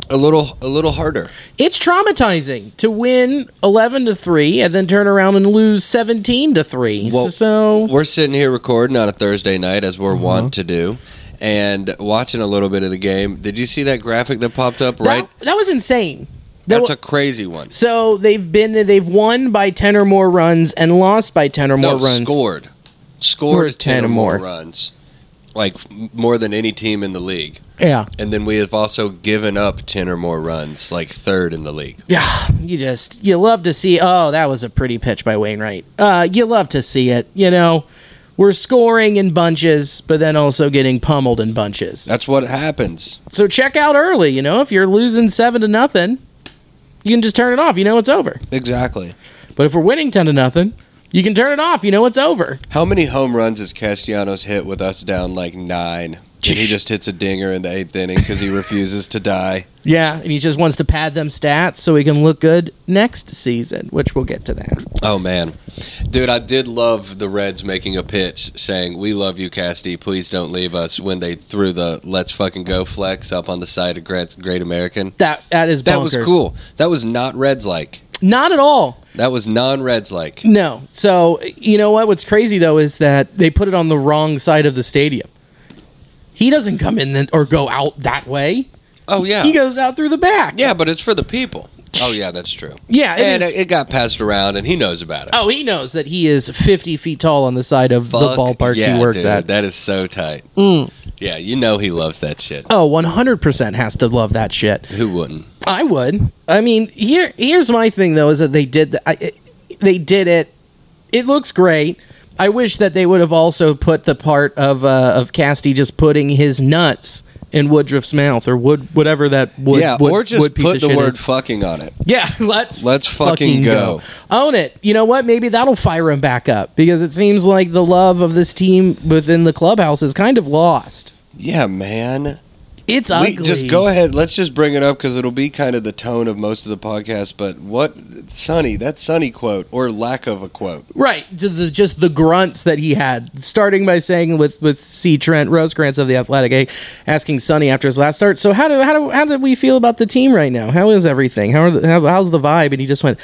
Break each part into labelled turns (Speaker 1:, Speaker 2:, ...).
Speaker 1: a little a little harder.
Speaker 2: It's traumatizing to win 11 to 3 and then turn around and lose 17 to 3.
Speaker 1: Well,
Speaker 2: so.
Speaker 1: We're sitting here recording on a Thursday night, as we're wont to do, and watching a little bit of the game. Did you see that graphic that popped up? Right,
Speaker 2: That, that was insane. That
Speaker 1: that's
Speaker 2: wa-
Speaker 1: a crazy one.
Speaker 2: So they've been they've won by ten or more runs and lost by ten or more
Speaker 1: No,
Speaker 2: runs.
Speaker 1: scored,
Speaker 2: Scored
Speaker 1: scored ten, or more runs, like f- more than any team in the league.
Speaker 2: Yeah,
Speaker 1: And then we have also given up ten or more runs, like third in the league.
Speaker 2: yeah. You just you love to see. Oh, that was a pretty pitch by Wainwright. Uh, you love to see it. You know, we're scoring in bunches, but then also getting pummeled in bunches.
Speaker 1: That's what happens.
Speaker 2: So check out early. You know, if you're losing seven to nothing, you can just turn it off. You know it's over.
Speaker 1: Exactly.
Speaker 2: But if we're winning ten to nothing, you can turn it off. You know it's over.
Speaker 1: How many home runs has Castellanos hit with us down like nine? And he just hits a dinger in the eighth inning because he refuses to die.
Speaker 2: Yeah, and he just wants to pad them stats so he can look good next season, which we'll get to that.
Speaker 1: Oh man, dude, I did love the Reds making a pitch saying "We love you, Casty. Please don't leave us." When they threw the "Let's fucking go" flex up on the side of Grant- Great American.
Speaker 2: That that is bonkers.
Speaker 1: That was cool. That was not Reds like.
Speaker 2: Not at all.
Speaker 1: That was non Reds like.
Speaker 2: No. So you know what? What's crazy though is that they put it on the wrong side of the stadium. He doesn't come in then, or go out that way.
Speaker 1: Oh yeah,
Speaker 2: He goes out through the back.
Speaker 1: yeah, but it's for the people. Oh yeah, that's true.
Speaker 2: Yeah, it
Speaker 1: and
Speaker 2: is-
Speaker 1: it, it got passed around, and he knows about it.
Speaker 2: Oh, he knows that he is 50 feet tall on the side of
Speaker 1: Fuck
Speaker 2: Oh, the ballpark
Speaker 1: yeah,
Speaker 2: he works
Speaker 1: dude,
Speaker 2: at. Mm.
Speaker 1: That is so tight. Yeah, you know he loves that shit.
Speaker 2: oh, 100% has to love that shit.
Speaker 1: Who wouldn't?
Speaker 2: I would. I mean, here here's my thing though is that they did the, I, it, they did it. It looks great. I wish that they would have also put the part of uh, of Casty just putting his nuts in Woodruff's mouth or wood whatever that wood
Speaker 1: yeah,
Speaker 2: wood,
Speaker 1: or just
Speaker 2: wood piece
Speaker 1: put
Speaker 2: of
Speaker 1: the
Speaker 2: shit
Speaker 1: word
Speaker 2: is.
Speaker 1: "fucking" on it.
Speaker 2: yeah, let's
Speaker 1: Let's fucking go.
Speaker 2: Own it. You know what? Maybe that'll fire him back up because it seems like the love of this team within the clubhouse is kind of lost.
Speaker 1: Yeah, man.
Speaker 2: It's
Speaker 1: We,
Speaker 2: ugly.
Speaker 1: just go ahead. Let's just bring it up because it'll be kind of the tone of most of the podcast. But what Sonny? That Sonny quote or lack of a quote.
Speaker 2: Right, to the, just the grunts that he had, starting by saying with with C. Trent Rosecrans of the Athletic, eh, asking Sonny after his last start. So how do how do how do we feel about the team right now? How is everything? How are the, how, how's the vibe? And he just went,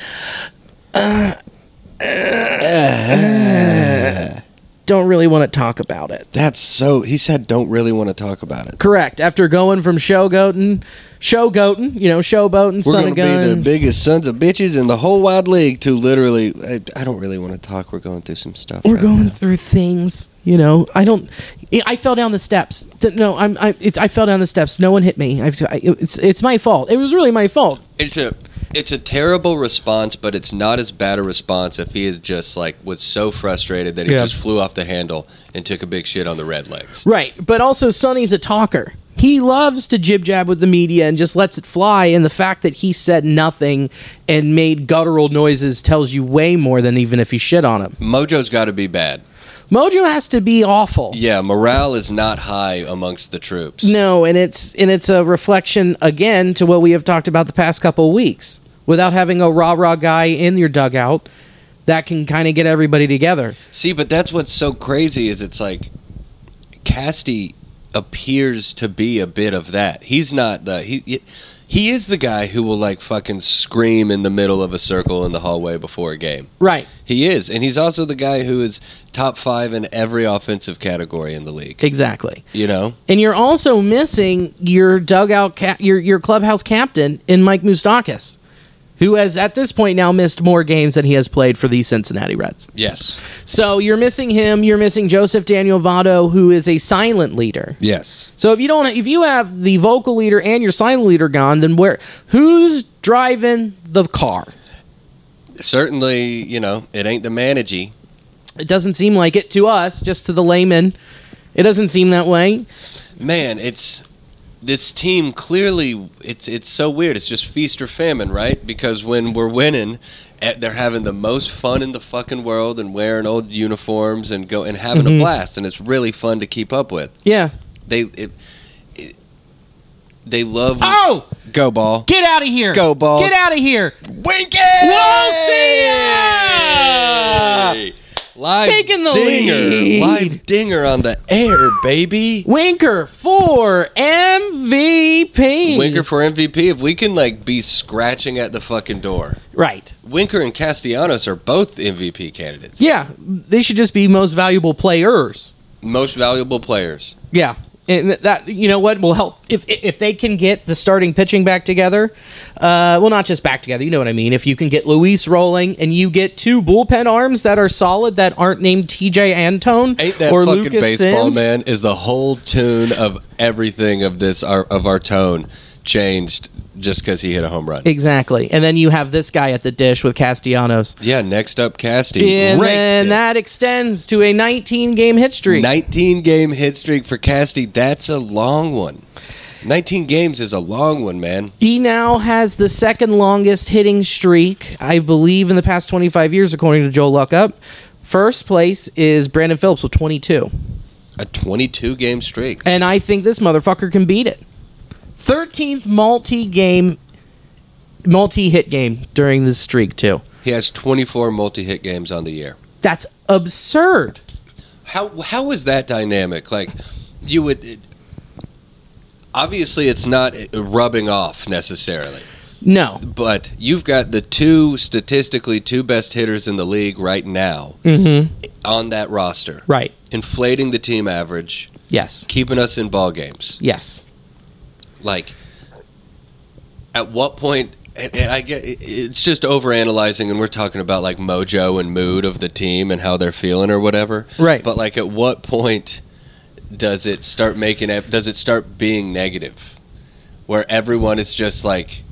Speaker 2: don't really want to talk about it.
Speaker 1: That's so. He said, "Don't really want to talk about it."
Speaker 2: Correct. After going from showgoating, showgoating, you know, showboating,
Speaker 1: We're
Speaker 2: son
Speaker 1: going
Speaker 2: of
Speaker 1: to be the
Speaker 2: guns.
Speaker 1: biggest sons of bitches in the whole wide league. To literally, I, I don't really want to talk. We're going through some stuff.
Speaker 2: we're
Speaker 1: right
Speaker 2: going
Speaker 1: now.
Speaker 2: through things you know i don't I- i fell down the steps D- no i'm i, it's I fell down the steps no one hit me I've, I, it's it's my fault it was really my fault
Speaker 1: It's a it's a terrible response, but it's not as bad a response if he is just like was so frustrated that he
Speaker 2: Yeah.
Speaker 1: just flew off the handle and took a big shit on the red legs.
Speaker 2: right but also sonny's a talker he loves to jib jab with the media and just lets it fly and the fact that he said nothing and made guttural noises tells you way more than even if he shit on him
Speaker 1: Mojo's got to be bad.
Speaker 2: mojo has to be awful
Speaker 1: Yeah, morale is not high amongst the troops.
Speaker 2: No, and it's and it's a reflection again to what we have talked about the past couple of weeks. Without having a rah rah guy in your dugout, that can kind of get everybody together.
Speaker 1: See, but that's what's so crazy is it's like Casty appears to be a bit of that. He's not the he. He is the guy who will like fucking scream in the middle of a circle in the hallway before a game.
Speaker 2: Right.
Speaker 1: He is, and he's also the guy who is top five in every offensive category in the league.
Speaker 2: Exactly.
Speaker 1: You know,
Speaker 2: And you're also missing your dugout ca- your your clubhouse captain in Mike Moustakis, who has at this point now missed more games than he has played for the Cincinnati Reds.
Speaker 1: yes,
Speaker 2: So you're missing him, you're missing Joseph Daniel Votto who is a silent leader.
Speaker 1: yes,
Speaker 2: So if you don't if you have the vocal leader and your silent leader gone, then where who's driving the car?
Speaker 1: certainly. You know, it ain't the managee.
Speaker 2: It doesn't seem like it to us, just to the layman. It doesn't seem that way.
Speaker 1: man, it's this team clearly it's it's so weird. It's just feast or famine, right? Because when we're winning, eh, they're having the most fun in the fucking world and wearing old uniforms and go and having
Speaker 2: Mm-hmm.
Speaker 1: a blast, and it's really fun to keep up with.
Speaker 2: Yeah.
Speaker 1: They it, it, they love
Speaker 2: Oh!
Speaker 1: go ball.
Speaker 2: Get out of here.
Speaker 1: Go, ball.
Speaker 2: Get out of here.
Speaker 1: Wink
Speaker 2: We'll see ya!
Speaker 1: Live
Speaker 2: Taking the
Speaker 1: dinger,
Speaker 2: lead.
Speaker 1: live dinger on the air, baby.
Speaker 2: Winker for MVP.
Speaker 1: Winker for MVP. If we can like be scratching at the fucking door,
Speaker 2: Right.
Speaker 1: Winker and Castellanos are both MVP candidates.
Speaker 2: Yeah. They should just be most valuable players.
Speaker 1: Most valuable players.
Speaker 2: Yeah. And that you know what will help if if they can get the starting pitching back together, uh, well not just back together you know what I mean if you can get Luis rolling and you get two bullpen arms that are solid that aren't named T.J. Antone
Speaker 1: Ain't that
Speaker 2: or
Speaker 1: fucking
Speaker 2: Lucas
Speaker 1: baseball
Speaker 2: Sims.
Speaker 1: man? Is the whole tune of everything of this our, of our tone changed just because he hit a home run?
Speaker 2: exactly and then you have this guy at the dish with Castellanos
Speaker 1: yeah. Next up, Casty.
Speaker 2: and
Speaker 1: Raked
Speaker 2: then
Speaker 1: it.
Speaker 2: that extends to a 19 game hit streak
Speaker 1: 19 game hit streak for Casty. That's a long one. 19 games is a long one, man.
Speaker 2: He now has the second longest hitting streak, I believe, in the past 25 years, according to Joe Luckup. First place is Brandon Phillips with 22.
Speaker 1: A 22 game streak.
Speaker 2: And I think this motherfucker can beat it. 13th multi game, multi hit game during this streak, too.
Speaker 1: He has 24 multi hit games on the year.
Speaker 2: That's absurd.
Speaker 1: How how is that dynamic? Like you would it- obviously it's not rubbing off necessarily,
Speaker 2: No.
Speaker 1: but you've got the two statistically two best hitters in the league right now on that roster,
Speaker 2: Right.
Speaker 1: inflating the team average,
Speaker 2: Yes.
Speaker 1: keeping us in ball games.
Speaker 2: Yes.
Speaker 1: like at what point and, and i get it- it's just overanalyzing and we're talking about like mojo and mood of the team and how they're feeling or whatever
Speaker 2: Right.
Speaker 1: but like at what point does it start making it does it start being negative where everyone is just like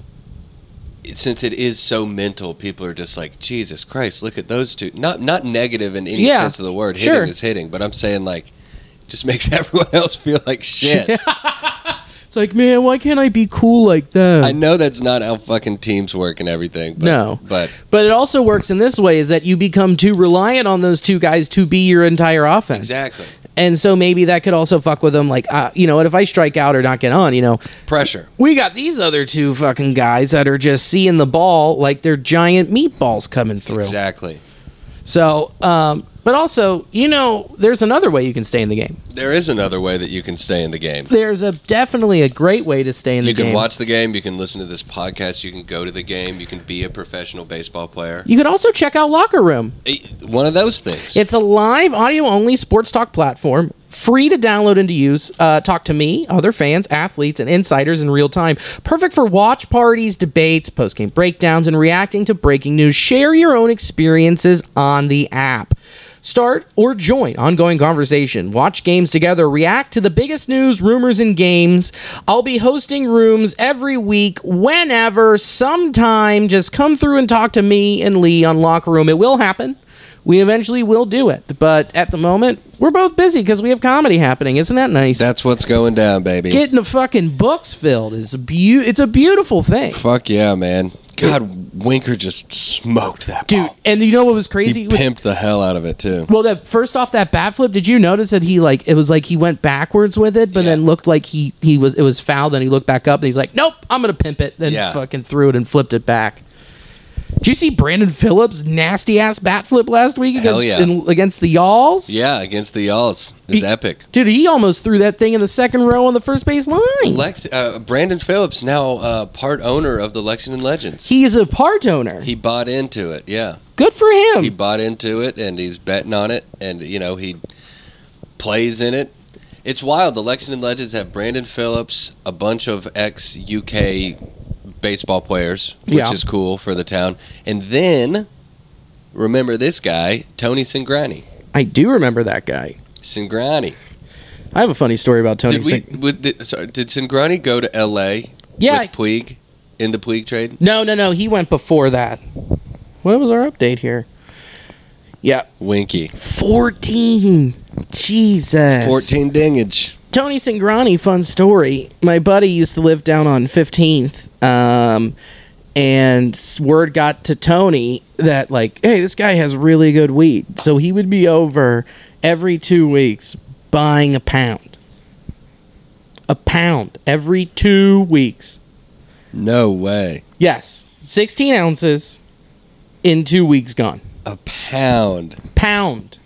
Speaker 1: since it is so mental people are just like jesus christ look at those two not not negative in any
Speaker 2: Yeah,
Speaker 1: sense of the word
Speaker 2: sure.
Speaker 1: hitting is hitting but i'm saying like just makes everyone else feel like shit
Speaker 2: It's like, man, why can't I be cool like that?
Speaker 1: I know that's not how fucking teams work and everything. But,
Speaker 2: No.
Speaker 1: but
Speaker 2: But it also works in this way is that you become too reliant on those two guys to be your entire offense.
Speaker 1: Exactly.
Speaker 2: And so maybe that could also fuck with them. Like, uh, you know what? If I strike out or not get on, you know,
Speaker 1: pressure.
Speaker 2: we got these other two fucking guys that are just seeing the ball like they're giant meatballs coming through.
Speaker 1: Exactly.
Speaker 2: So, um, but also, you know, there's another way you can stay in the game.
Speaker 1: There is another way that you can stay in the game.
Speaker 2: There's a definitely a great way to stay in the
Speaker 1: You
Speaker 2: game.
Speaker 1: can watch the game. You can listen to this podcast. You can go to the game. You can be a professional baseball player.
Speaker 2: You can also check out Locker Room.
Speaker 1: Eh, One of those things.
Speaker 2: It's a live audio only sports talk platform, free to download and to use. Uh, talk to me, other fans, athletes, and insiders in real time. Perfect for watch parties, debates, post game breakdowns, and reacting to breaking news. Share your own experiences on the app. Start or join ongoing conversation. Watch games together. React to the biggest news, rumors, and games. I'll be hosting rooms every week, whenever, sometime. Just come through and talk to me and Lee on Locker Room. It will happen. We eventually will do it, but at the moment, we're both busy because we have comedy happening. Isn't that nice?
Speaker 1: that's what's going down, baby.
Speaker 2: getting the fucking books filled is a beau- It's a beautiful thing,
Speaker 1: Fuck yeah, man. God, Winker just smoked that
Speaker 2: dude.
Speaker 1: ball.
Speaker 2: And you know what was crazy?
Speaker 1: He
Speaker 2: With-
Speaker 1: pimped the hell out of it too.
Speaker 2: well, that first off that bat flip, did you notice that he like it was like he went backwards with it, but
Speaker 1: Yeah.
Speaker 2: then looked like he he was it was foul. Then he looked back up and he's like, "Nope, I'm gonna pimp it." Then
Speaker 1: Yeah.
Speaker 2: fucking threw it and flipped it back. Did you see Brandon Phillips' nasty ass bat flip last week
Speaker 1: Hell
Speaker 2: against
Speaker 1: yeah.
Speaker 2: in- against the Yalls?
Speaker 1: Yeah, against the Yalls. It's epic.
Speaker 2: Dude, he almost threw that thing in the second row on the first base line.
Speaker 1: Lex, uh, Brandon Phillips now uh, part owner of the Lexington Legends.
Speaker 2: He's a part owner.
Speaker 1: He bought into it. Yeah,
Speaker 2: Good for him.
Speaker 1: he bought into it, and he's betting on it, and you know he plays in it. It's wild. The Lexington Legends have Brandon Phillips, a bunch of ex UK baseball players, which
Speaker 2: Yeah.
Speaker 1: is cool for the town, and then remember this guy, Tony Singrani.
Speaker 2: I do remember that guy.
Speaker 1: Singrani.
Speaker 2: I have a funny story about Tony.
Speaker 1: Did we?
Speaker 2: Sin-
Speaker 1: With, did, sorry, did Singrani go to L.A.
Speaker 2: Yeah.
Speaker 1: with Puig in the Puig trade?
Speaker 2: no, no, no. He went before that. What was our update here? Yeah,
Speaker 1: Winky.
Speaker 2: fourteen. Jesus.
Speaker 1: 14 dingage.
Speaker 2: Tony Singrani, fun story. My buddy used to live down on 15th. Um, and word got to Tony that, like, hey, this guy has really good weed. So he would be over every two weeks buying a pound. A pound every two weeks.
Speaker 1: No way.
Speaker 2: Yes. 16 ounces in two weeks gone.
Speaker 1: A pound.
Speaker 2: Pound.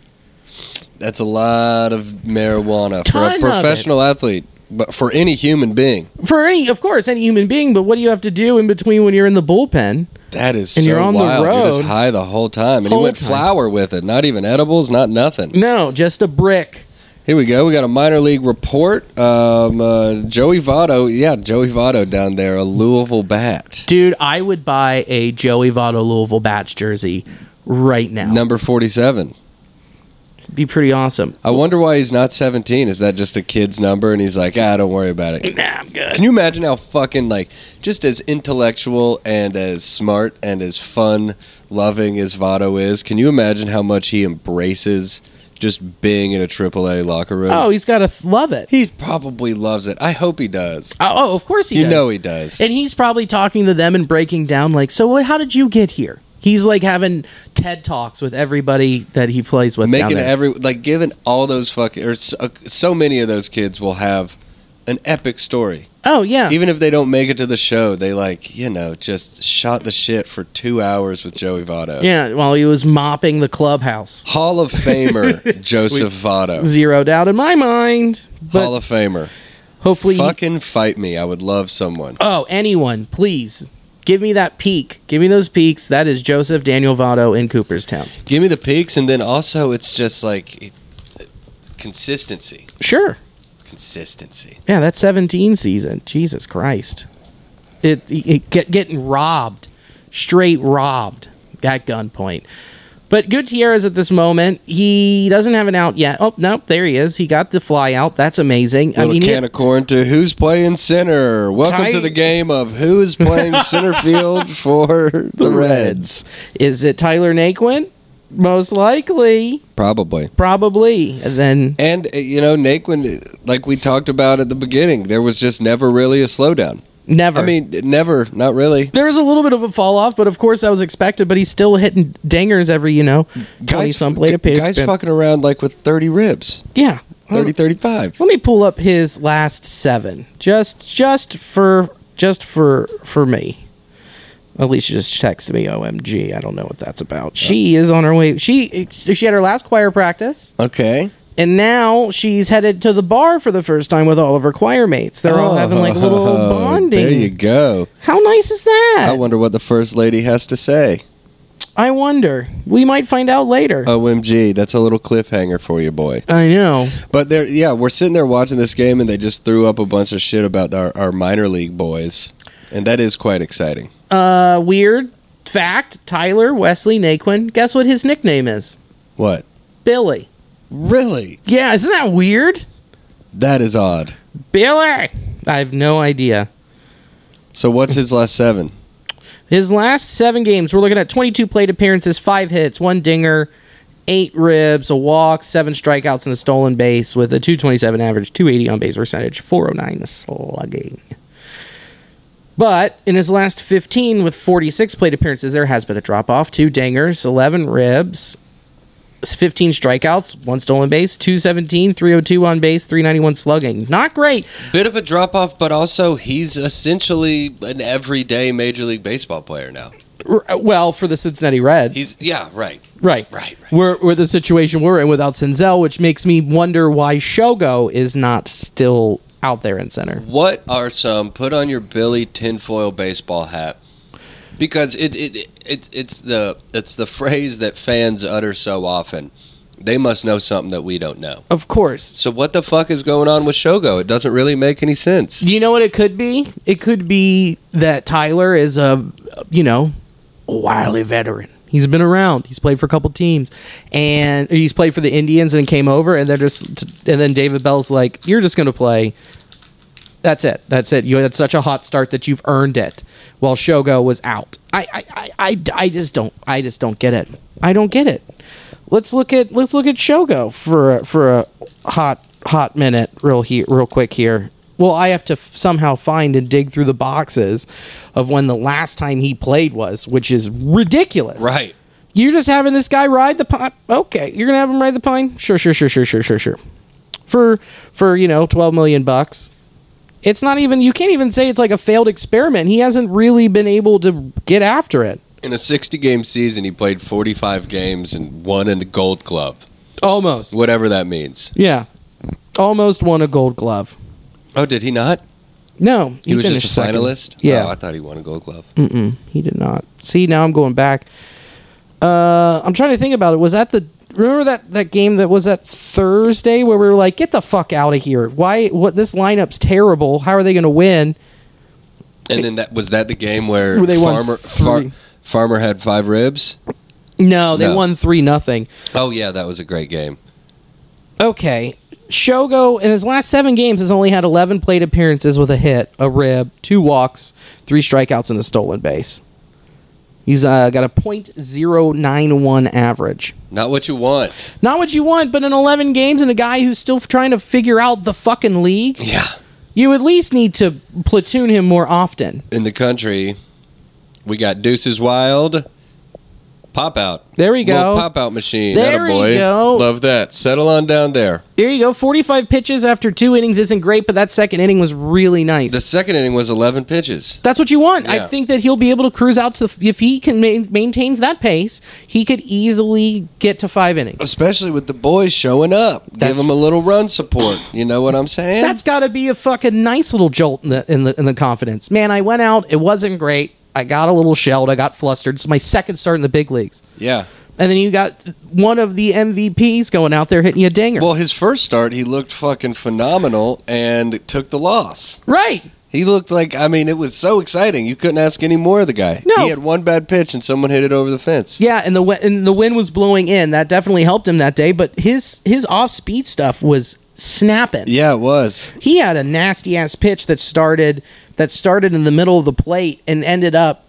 Speaker 1: That's a lot of marijuana
Speaker 2: Ton of
Speaker 1: for a
Speaker 2: it.
Speaker 1: professional athlete, but for any human being.
Speaker 2: For any, of course, any human being, but what do you have to do in between when you're in the bullpen?
Speaker 1: That is
Speaker 2: And
Speaker 1: so
Speaker 2: you're on the
Speaker 1: wild. You're just
Speaker 2: road.
Speaker 1: high the whole time. And
Speaker 2: Whole
Speaker 1: he went
Speaker 2: time.
Speaker 1: flower with it. Not even edibles, not nothing.
Speaker 2: No, just a brick.
Speaker 1: Here we go. We got a minor league report. Um, uh, Joey Votto. Yeah, Joey Votto down there, a Louisville bat.
Speaker 2: Dude, I would buy a Joey Votto Louisville Bats jersey right now.
Speaker 1: Number 47.
Speaker 2: Be pretty awesome.
Speaker 1: I wonder why he's not 17. Is that just a kid's number? And he's like, ah, don't worry about it.
Speaker 2: Nah, I'm good.
Speaker 1: Can you imagine how fucking like just as intellectual and as smart and as fun loving as Votto is? Can you imagine how much he embraces just being in a AAA locker room?
Speaker 2: Oh, he's got to th- love it.
Speaker 1: he probably loves it. I hope he does.
Speaker 2: Oh, oh, of course he
Speaker 1: You
Speaker 2: does.
Speaker 1: know he does.
Speaker 2: And he's probably talking to them and breaking down, like, so what, how did you get here? He's like having TED Talks with everybody that he plays with. down
Speaker 1: Making
Speaker 2: there.
Speaker 1: every like giving all those fucking or so, so many of those kids will have an epic story.
Speaker 2: oh, yeah.
Speaker 1: Even if they don't make it to the show, they like you know just shot the shit for two hours with Joey Votto.
Speaker 2: yeah, while he was mopping the clubhouse.
Speaker 1: Hall of Famer Joseph Votto.
Speaker 2: Zero doubt in my mind. But
Speaker 1: Hall of Famer.
Speaker 2: hopefully.
Speaker 1: Fucking fight me. I would love someone.
Speaker 2: Oh, anyone, please. Give me that peak. Give me those peaks. That is Joseph Daniel Votto in Cooperstown.
Speaker 1: Give me the peaks, and then also it's just like it- consistency.
Speaker 2: Sure.
Speaker 1: Consistency.
Speaker 2: Yeah, that 17 season. Jesus Christ. It, it get, getting robbed, straight robbed at gunpoint. But Gutierrez at this moment, he doesn't have an out yet. Oh, nope, there he is. He got the fly out. That's amazing.
Speaker 1: Little
Speaker 2: I mean, he-
Speaker 1: can of corn to who's playing center. Welcome
Speaker 2: Ty-
Speaker 1: to the game of who's playing center field for the, Reds.
Speaker 2: Is it Tyler Naquin? Most likely.
Speaker 1: Probably.
Speaker 2: Probably. And then
Speaker 1: And uh, you know, Naquin, uh, like we talked about at the beginning, there was just never really a slowdown.
Speaker 2: never.
Speaker 1: I mean, never, not really.
Speaker 2: there was a little bit of a fall off, but of course that was expected. But he's still hitting dingers every, you know, twenty some plate of
Speaker 1: guys fucking around like with 30 ribs,
Speaker 2: Yeah,
Speaker 1: 30, 35.
Speaker 2: Let me pull up his last seven, just just for just for for me. Alicia just texted me, "OMG, I don't know what that's about." She is on her way. She she had her last choir practice,
Speaker 1: Okay.
Speaker 2: and now she's headed to the bar for the first time with all of her choir mates. They're all having like little
Speaker 1: Oh,
Speaker 2: bonding.
Speaker 1: There you Oh, go.
Speaker 2: How nice is that?
Speaker 1: I wonder what the first lady has to say.
Speaker 2: I wonder. We might find out later.
Speaker 1: Oh. OMG, that's a little cliffhanger for you, boy.
Speaker 2: I know.
Speaker 1: But there, yeah, we're sitting there watching this game, and they just threw up a bunch of shit about our, our minor league boys, and that is quite exciting.
Speaker 2: A Uh, weird fact: Tyler Wesley Naquin. Guess what his nickname is?
Speaker 1: What?
Speaker 2: Billy.
Speaker 1: Really?
Speaker 2: Yeah, isn't that weird?
Speaker 1: That is odd.
Speaker 2: Billy. I have no idea.
Speaker 1: So what's his last seven?
Speaker 2: His last seven games, we're looking at 22 plate appearances, five hits, one dinger, eight ribs, a walk, seven strikeouts, and a stolen base with a 227 average, 280 on base percentage, 409 slugging. But in his last 15 with 46 plate appearances, there has been a drop off. Two dingers, 11 ribs, 15 strikeouts, one stolen base, 217, 302 on base, 391 slugging. Not great.
Speaker 1: Bit of a drop off, but also he's essentially an everyday major league baseball player now.
Speaker 2: R- Well, for the Cincinnati Reds,
Speaker 1: He's yeah, right.
Speaker 2: right,
Speaker 1: Right, right.
Speaker 2: We're, we're the situation we're in without Senzel, which makes me wonder why Shogo is not still out there in center.
Speaker 1: What are some put on your Billy tinfoil baseball hat? Because it, it it it's the it's the phrase that fans utter so often. They must know something that we don't know.
Speaker 2: Of course,
Speaker 1: So what the fuck is going on with Shogo? It doesn't really make any sense.
Speaker 2: Do you know what it could be? It could be that Tyler is a, you know, a wily veteran. He's been around. He's played for a couple teams, and or he's played for the Indians and came over, and they're just, and then David Bell's like, "You're just gonna play. That's it. That's it. You had such a hot start that you've earned it." While Shogo was out, I, I, I, I, I just don't, I just don't get it. I don't get it. Let's look at, let's look at Shogo for, a- for a hot, hot minute, real heat, real quick here. Well, I have to f- somehow find and dig through the boxes of when the last time he played was, which is ridiculous.
Speaker 1: Right.
Speaker 2: You're just having this guy ride the pine. Okay, you're gonna have him ride the pine. Sure, sure, sure, sure, sure, sure, sure. For for you know twelve million bucks. It's not even. You can't even say it's like a failed experiment. He hasn't really been able to get after it.
Speaker 1: In a 60 game season, he played 45 games and won in the Gold Glove,
Speaker 2: Almost.
Speaker 1: whatever that means.
Speaker 2: Yeah. Almost won a Gold Glove.
Speaker 1: Oh, did he not?
Speaker 2: No,
Speaker 1: He, was just a
Speaker 2: finished second.
Speaker 1: finalist.
Speaker 2: Yeah.
Speaker 1: Oh, I thought he won a Gold Glove.
Speaker 2: He did not. See, now I'm going back. Uh, I'm trying to think about it. Was that the remember that that game that was that Thursday where we were like, get the fuck out of here? Why? What? This lineup's terrible. How are they going to win?
Speaker 1: And then that was that the game where
Speaker 2: They won
Speaker 1: Farmer
Speaker 2: three.
Speaker 1: Far, Farmer had five ribs.
Speaker 2: No, they
Speaker 1: No.
Speaker 2: won three nothing.
Speaker 1: Oh yeah, that was a great game.
Speaker 2: Okay, Shogo in his last seven games has only had 11 plate appearances with a hit, a rib, two walks, three strikeouts, and a stolen base. He's uh, got a .091 average.
Speaker 1: Not what you want.
Speaker 2: not what you want, but in 11 games and a guy who's still trying to figure out the fucking league,
Speaker 1: Yeah.
Speaker 2: you at least need to platoon him more often.
Speaker 1: In the country, we got Deuces Wild. Pop out.
Speaker 2: There we go.
Speaker 1: Little pop out machine.
Speaker 2: There we
Speaker 1: Attaboy.
Speaker 2: go.
Speaker 1: Love that. Settle on down there.
Speaker 2: There you go. 45 pitches after two innings isn't great, but that second inning was really nice.
Speaker 1: The second inning was 11 pitches.
Speaker 2: That's what you want. I
Speaker 1: Yeah.
Speaker 2: think that he'll be able to cruise out to the, if he can ma- maintains that pace, he could easily get to five innings.
Speaker 1: Especially with the boys showing up.
Speaker 2: That's-
Speaker 1: Give them a little run support. You know what I'm saying?
Speaker 2: That's got to be a fucking nice little jolt in the, in the in the confidence. Man, I went out. It wasn't great. I got a little shelled. I got flustered. It's my second start in the big leagues.
Speaker 1: yeah.
Speaker 2: And then you got one of the MVPs going out there hitting you a dinger.
Speaker 1: Well, his first start, he looked fucking phenomenal and took the loss.
Speaker 2: right.
Speaker 1: He looked like, I mean, it was so exciting. You couldn't ask any more of the guy.
Speaker 2: No.
Speaker 1: He had one bad pitch and someone hit it over the fence.
Speaker 2: Yeah, and the wi- and the wind was blowing in. That definitely helped him that day, but his his off-speed stuff was snapping.
Speaker 1: Yeah, it was.
Speaker 2: He had a nasty ass pitch that started that started in the middle of the plate and ended up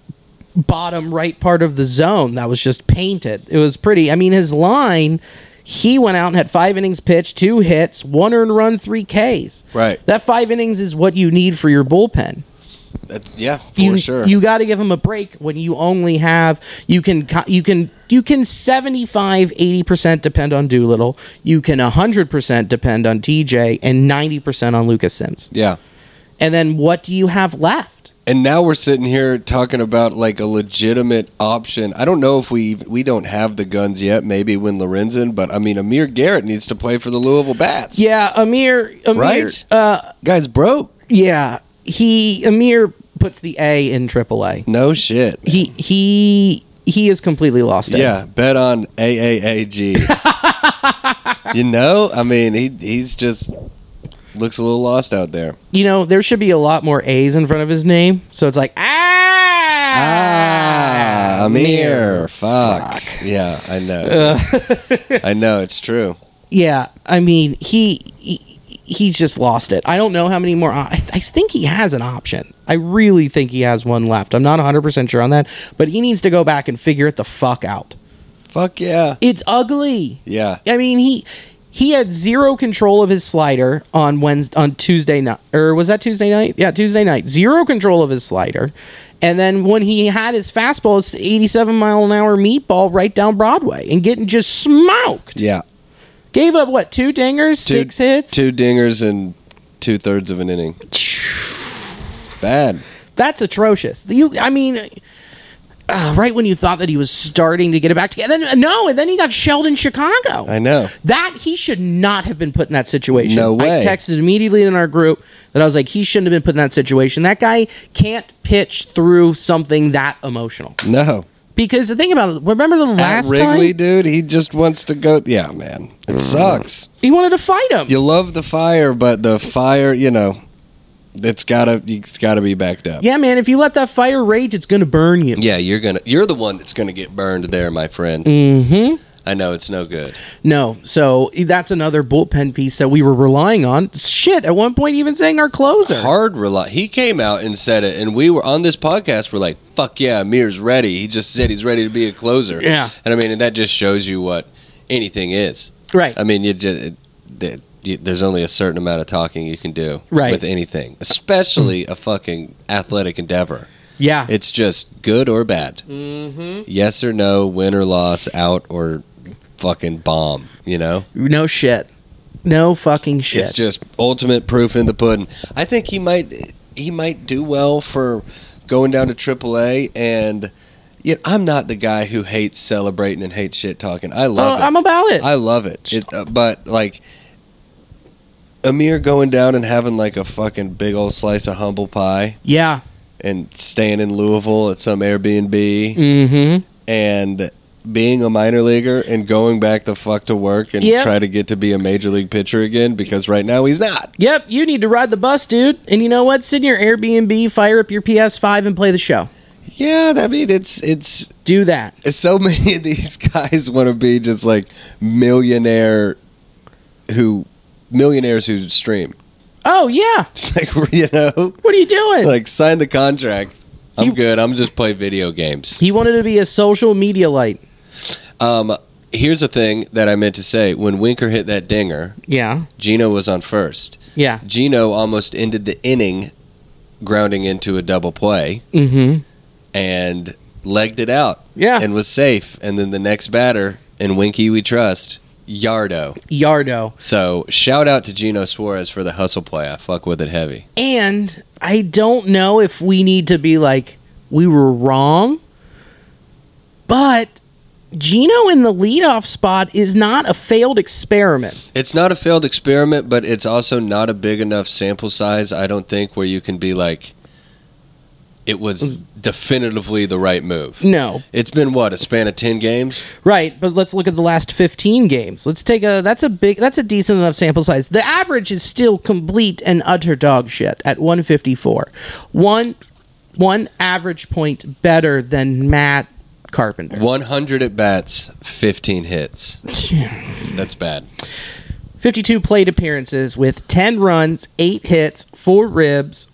Speaker 2: bottom right part of the zone that was just painted. It was pretty. I mean, his line he went out and had five innings pitched, two hits, one earned run, three Ks.
Speaker 1: Right.
Speaker 2: That five innings is what you need for your bullpen.
Speaker 1: That's, yeah, for
Speaker 2: you,
Speaker 1: sure.
Speaker 2: You got to give him a break when you only have you can co- you can you can 75 80% depend on Doolittle. You can 100% depend on TJ and 90% on Lucas Sims.
Speaker 1: yeah.
Speaker 2: And then what do you have left?
Speaker 1: And now we're sitting here talking about like a legitimate option. I don't know if we we don't have the guns yet. Maybe when Lorenzen, but I mean, Amir Garrett needs to play for the Louisville Bats.
Speaker 2: Yeah, Amir Amir
Speaker 1: Right?
Speaker 2: uh
Speaker 1: guys, broke.
Speaker 2: yeah, he Amir puts the A in AAA.
Speaker 1: No shit.
Speaker 2: He he he is completely lost it.
Speaker 1: Yeah, bet on AAAG. you know, I mean, he he's just looks a little lost out there.
Speaker 2: You know, there should be a lot more A's in front of his name. So it's like ah
Speaker 1: Ah, Amir, fuck. Yeah, I know.
Speaker 2: Uh,
Speaker 1: I know it's true.
Speaker 2: Yeah, I mean, he, he he's just lost it. I don't know how many more. op- I, I think he has an option. I really think he has one left. I'm not 100% sure on that, but he needs to go back and figure it the fuck out.
Speaker 1: Fuck yeah.
Speaker 2: It's ugly.
Speaker 1: Yeah.
Speaker 2: I mean, he he had zero control of his slider on Wednesday, on Tuesday night, or was that Tuesday night? Yeah, Tuesday night. Zero control of his slider, and then when he had his fastball, it's 87 mile an hour meatball right down Broadway and getting just smoked.
Speaker 1: Yeah.
Speaker 2: Gave up what two dingers,
Speaker 1: Two-
Speaker 2: six hits.
Speaker 1: two dingers, and two thirds of an inning. Bad.
Speaker 2: That's atrocious. You, I mean, ah, right when you thought that he was starting to get it back together. And then, no, and then he got shelled in Chicago.
Speaker 1: I know.
Speaker 2: That he should not have been put in that situation.
Speaker 1: No way.
Speaker 2: I texted immediately in our group that I was like, he shouldn't have been put in that situation. That guy can't pitch through something that emotional.
Speaker 1: No.
Speaker 2: Because the thing about it, remember the last
Speaker 1: At Wrigley,
Speaker 2: time
Speaker 1: dude, he just wants to go. Yeah, man. It sucks.
Speaker 2: he wanted to fight him.
Speaker 1: You love the fire, but the fire, you know, it's gotta, it's gotta be backed up.
Speaker 2: yeah, man. If you let that fire rage, it's gonna burn you.
Speaker 1: Yeah, you're gonna, you're the one that's gonna get burned there, my friend. Mm-hmm. I know it's no good.
Speaker 2: No, so that's another bullpen piece that we were relying on. Shit, at one point even saying our closer.
Speaker 1: Hard rely. He came out and said it, and we were on this podcast. We're like, "Fuck yeah, Amir's ready." He just said he's ready to be a closer.
Speaker 2: Yeah.
Speaker 1: and I mean, and that just shows you what anything is.
Speaker 2: Right.
Speaker 1: I mean, you just it- that- you- there's only a certain amount of talking you can do
Speaker 2: Right.
Speaker 1: with anything, especially a fucking athletic endeavor.
Speaker 2: yeah,
Speaker 1: It's just good or bad. Mm-hmm. Yes or no, win or loss, out or fucking bomb. You know.
Speaker 2: no shit, no fucking shit.
Speaker 1: It's just ultimate proof in the pudding. I think he might he might do well for going down to AAA and yet I'm not the guy who hates celebrating and hates shit talking. I love
Speaker 2: Oh,
Speaker 1: it.
Speaker 2: I'm about it.
Speaker 1: I love it. it uh, but like Amir going down and having like a fucking big old slice of humble pie
Speaker 2: yeah,
Speaker 1: and staying in Louisville at some Airbnb
Speaker 2: Mm.
Speaker 1: and being a minor leaguer and going back the fuck to work and
Speaker 2: Yep.
Speaker 1: try to get to be a major league pitcher again because right now he's not.
Speaker 2: yep. You need to ride the bus, dude. And you know what? Sit in your Airbnb, fire up your PS5, and play the show.
Speaker 1: Yeah, I mean it's it's
Speaker 2: Do that.
Speaker 1: so many of these guys want to be just like millionaire who millionaires who stream.
Speaker 2: Oh yeah.
Speaker 1: It's like you know,
Speaker 2: What are you doing?
Speaker 1: like sign the contract. I'm
Speaker 2: You-
Speaker 1: good. I'm just play video games.
Speaker 2: he wanted to be a social media light.
Speaker 1: Um, here's a thing that I meant to say. When Winker hit that dinger,
Speaker 2: Yeah.
Speaker 1: Gino was on first.
Speaker 2: Yeah.
Speaker 1: Gino almost ended the inning grounding into a double play and legged it out.
Speaker 2: Yeah.
Speaker 1: And was safe. And then the next batter, and Winky we trust, Yardo.
Speaker 2: Yardo.
Speaker 1: So shout out to Gino Suarez for the hustle play. I fuck with it heavy.
Speaker 2: And I don't know if we need to be like, we were wrong, but Gino in the leadoff spot is not a failed experiment.
Speaker 1: It's not a failed experiment, but it's also not a big enough sample size, I don't think, where you can be like, it was definitively the right move.
Speaker 2: No.
Speaker 1: It's been what, a span of 10 games?
Speaker 2: Right. But let's look at the last 15 games. Let's take a, that's a big, that's a decent enough sample size. The average is still complete and utter dog shit at 154. One, one average point better than Matt Carpenter.
Speaker 1: 100 at bats, 15 hits. That's bad.
Speaker 2: 52 plate appearances with 10 runs, 8 hits, 4 ribs,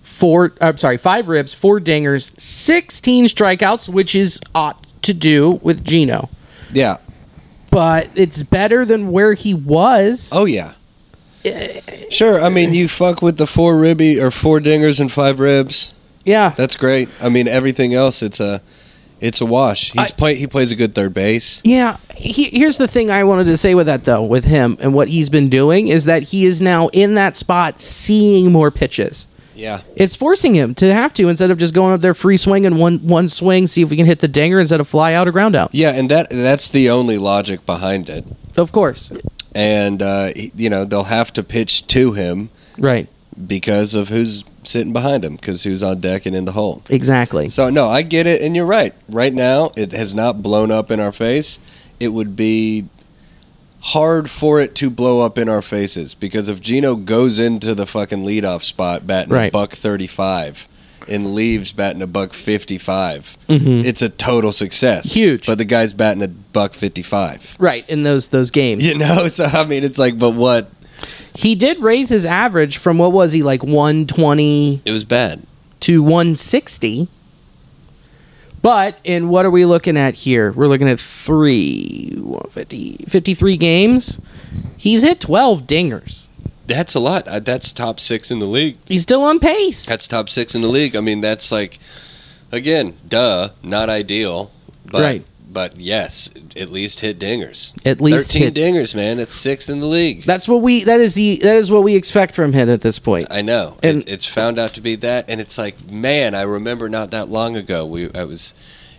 Speaker 2: 4 I'm sorry, 5 ribs, 4 dingers, 16 strikeouts, which is ought to do with Gino.
Speaker 1: Yeah.
Speaker 2: But it's better than where he was.
Speaker 1: Oh yeah. Sure. I mean, you fuck with the four ribby or four dingers and five ribs.
Speaker 2: yeah.
Speaker 1: That's great. I mean, everything else, it's a, it's a wash. He's play. He plays a good third base.
Speaker 2: Yeah, he, here's the thing I wanted to say with that though, with him and what he's been doing is that he is now in that spot seeing more pitches.
Speaker 1: Yeah.
Speaker 2: It's forcing him to have to instead of just going up there free swing and one one swing, see if we can hit the dinger instead of fly out or ground out.
Speaker 1: Yeah, and that that's the only logic behind it.
Speaker 2: Of course.
Speaker 1: And uh, he- you know they'll have to pitch to him
Speaker 2: Right.
Speaker 1: because of who's sitting behind him, because who's on deck and in the hole.
Speaker 2: Exactly.
Speaker 1: So no, I get it, and you're right. Right now, it has not blown up in our face. It would be hard for it to blow up in our faces because if Gino goes into the fucking leadoff spot batting a
Speaker 2: Right.
Speaker 1: buck thirty five and leaves batting a buck fifty it's a total success.
Speaker 2: Mm-hmm. Huge.
Speaker 1: But the guy's batting a buck fifty five.
Speaker 2: right in those those games,
Speaker 1: You know, so I mean, it's like, but what?
Speaker 2: he did raise his average from what was he like 120
Speaker 1: It was bad.
Speaker 2: to 160. But in what are we looking at here? We're looking at three 150, 53 games. He's hit 12 dingers.
Speaker 1: That's a lot. Uh, That's top six in the league.
Speaker 2: He's still on pace.
Speaker 1: That's top six in the league. I mean, that's like, again, duh, not ideal, but
Speaker 2: Right.
Speaker 1: but yes, at least hit dingers.
Speaker 2: At least
Speaker 1: thirteen
Speaker 2: hit-
Speaker 1: dingers, man. That's sixth in the league.
Speaker 2: That's what we that is the that is what we expect from him at this point.
Speaker 1: I know.
Speaker 2: And-
Speaker 1: it, it's found out to be that, and it's like, man, I remember not that long ago. We I was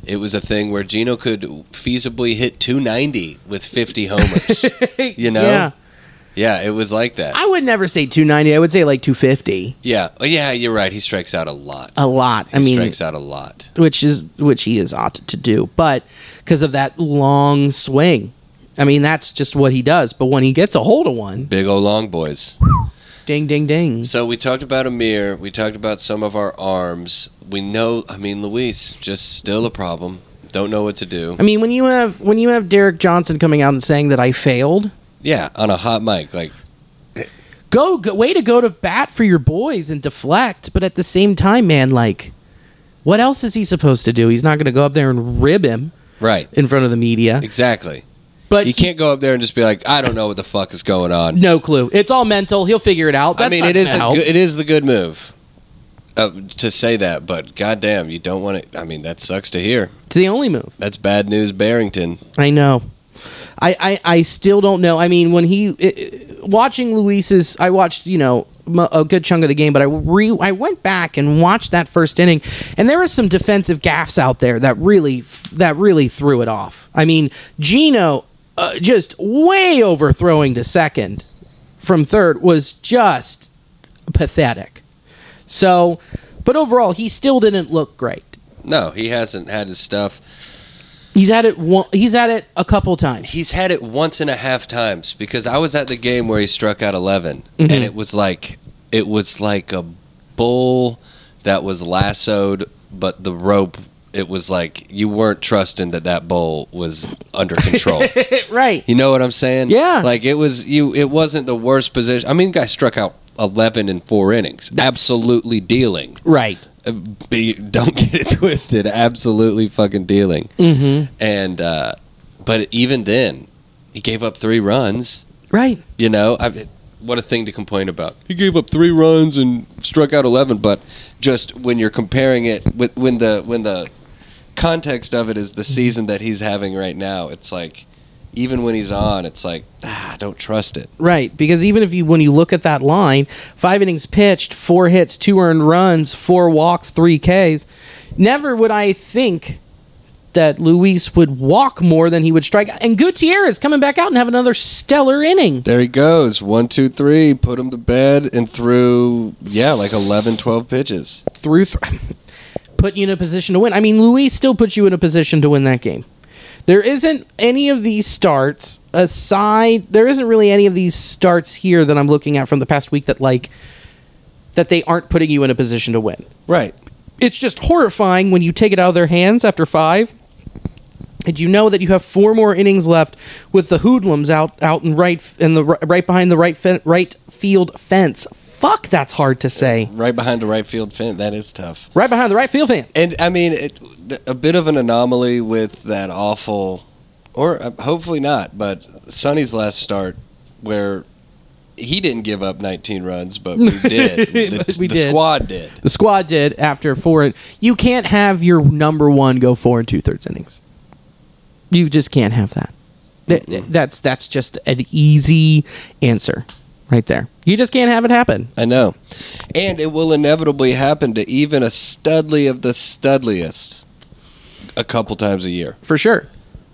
Speaker 1: It was a thing where Gino could feasibly hit 290 with 50 homers. you know?
Speaker 2: Yeah.
Speaker 1: Yeah, it was like that.
Speaker 2: I would never say 290. I would say like 250.
Speaker 1: yeah. Oh, yeah, you're right. He strikes out a lot.
Speaker 2: A lot. I
Speaker 1: he
Speaker 2: mean,
Speaker 1: strikes out a lot.
Speaker 2: which is which he is ought to do, but because of that long swing. I mean, that's just what he does. But when he gets a hold of one,
Speaker 1: Big old long boys.
Speaker 2: ding, ding, ding.
Speaker 1: So we talked about Amir. We talked about some of our arms. We know, I mean, Luis, just still a problem. Don't know what to do.
Speaker 2: I mean, when you have when you have Derek Johnson coming out and saying that I failed,
Speaker 1: Yeah, on a hot mic. Like,
Speaker 2: go, go way to go to bat for your boys and deflect. But at the same time, man, like, what else is he supposed to do? He's not going to go up there and rib him
Speaker 1: right.
Speaker 2: in front of the media.
Speaker 1: Exactly.
Speaker 2: But
Speaker 1: You
Speaker 2: he-
Speaker 1: can't go up there and just be like, I don't know what the fuck is going on.
Speaker 2: no clue. It's all mental. He'll figure it out.
Speaker 1: I
Speaker 2: That's
Speaker 1: mean,
Speaker 2: not
Speaker 1: it is
Speaker 2: gonna
Speaker 1: a
Speaker 2: help.
Speaker 1: good, it is the good move uh, to say that, but goddamn, you don't want to. I mean, that sucks to hear.
Speaker 2: it's the only move.
Speaker 1: That's bad news, Barrington.
Speaker 2: I know. I, I, I still don't know. I mean, when he i- i- watching Luis's, I watched you know m- a good chunk of the game, but I re I went back and watched that first inning, and there were some defensive gaffes out there that really f- that really threw it off. I mean, Gino uh, just way overthrowing to second from third was just pathetic. So, but overall, he still didn't look great.
Speaker 1: No, he hasn't had his stuff.
Speaker 2: He's at it. One, he's at it a couple times.
Speaker 1: He's had it once and a half times because I was at the game where he struck out 11 and it was like it was like a bull that was lassoed, but the rope. It was like you weren't trusting that that bull was under control.
Speaker 2: right.
Speaker 1: You know what I'm saying?
Speaker 2: Yeah.
Speaker 1: Like it was you. It wasn't the worst position. I mean, guy struck out 11 in four innings. absolutely dealing.
Speaker 2: Right.
Speaker 1: Uh, Be, don't get it twisted. Absolutely fucking dealing. Mm-hmm. And uh, but even then, he gave up three runs.
Speaker 2: Right.
Speaker 1: You know, I, what a thing to complain about. He gave up three runs and struck out eleven. But just when you're comparing it with when the when the context of it is the season that he's having right now, it's like even when he's on, it's like ah, I don't trust it.
Speaker 2: Right. Because even if you, when you look at that line, five innings pitched, four hits, two earned runs, four walks, three Ks, never would I think that Luis would walk more than he would strike. out. And Gutierrez coming back out and have another stellar inning.
Speaker 1: There he goes. One, two, three. Put him to bed and threw, yeah, like 11, 12 pitches.
Speaker 2: through th- put you in a position to win. I mean, Luis still puts you in a position to win that game. There isn't any of these starts aside. There isn't really any of these starts here that I'm looking at from the past week that like that they aren't putting you in a position to win.
Speaker 1: Right.
Speaker 2: It's just horrifying when you take it out of their hands after five, and you know that you have four more innings left with the hoodlums out out in right in the ri- right behind the right fe- right field fence. Fuck, that's hard to say.
Speaker 1: Right behind the right field fence. That is tough.
Speaker 2: Right behind the right field fence.
Speaker 1: And I mean, it, th- a bit of an anomaly with that awful, or uh, hopefully not, but Sonny's last start where he didn't give up 19 runs, but we did. The,
Speaker 2: But we
Speaker 1: the
Speaker 2: did.
Speaker 1: squad did.
Speaker 2: The squad did after four. You can't have your number one go four and two thirds innings. You just can't have that. Th- That's that's just an easy answer right there. You just can't have it happen.
Speaker 1: I know. And it will inevitably happen to even a studly of the studliest a couple times a year.
Speaker 2: For sure.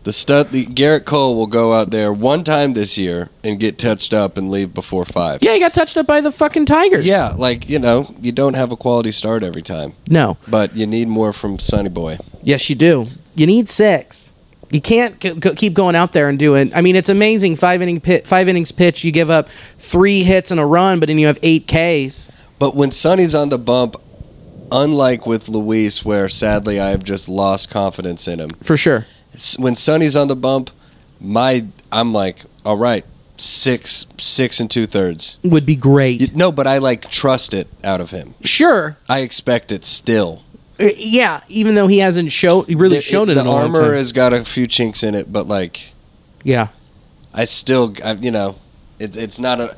Speaker 1: The stud, the Garrett Cole will go out there one time this year and get touched up and leave before five.
Speaker 2: Yeah, he got touched up by the fucking Tigers.
Speaker 1: Yeah, like you know, you don't have a quality start every time,
Speaker 2: No.
Speaker 1: but you need more from Sonny Boy.
Speaker 2: Yes, you do. You need six. You can't c- c- keep going out there and doing. I mean, it's amazing. Five inning pit, five innings pitch. You give up three hits and a run, but then you have eight Ks.
Speaker 1: But when Sonny's on the bump, unlike with Luis, where sadly I have just lost confidence in him.
Speaker 2: For sure.
Speaker 1: S- When Sonny's on the bump, my I'm like, all right, six, six and two thirds.
Speaker 2: Would be great.
Speaker 1: No, but I like trust it out of him.
Speaker 2: sure.
Speaker 1: I expect it still.
Speaker 2: Uh, yeah, even though he hasn't show, he really shown it,
Speaker 1: the
Speaker 2: in a long
Speaker 1: armor
Speaker 2: time.
Speaker 1: has got a few chinks in it, but like
Speaker 2: yeah,
Speaker 1: I still, I, you know, it's it's not a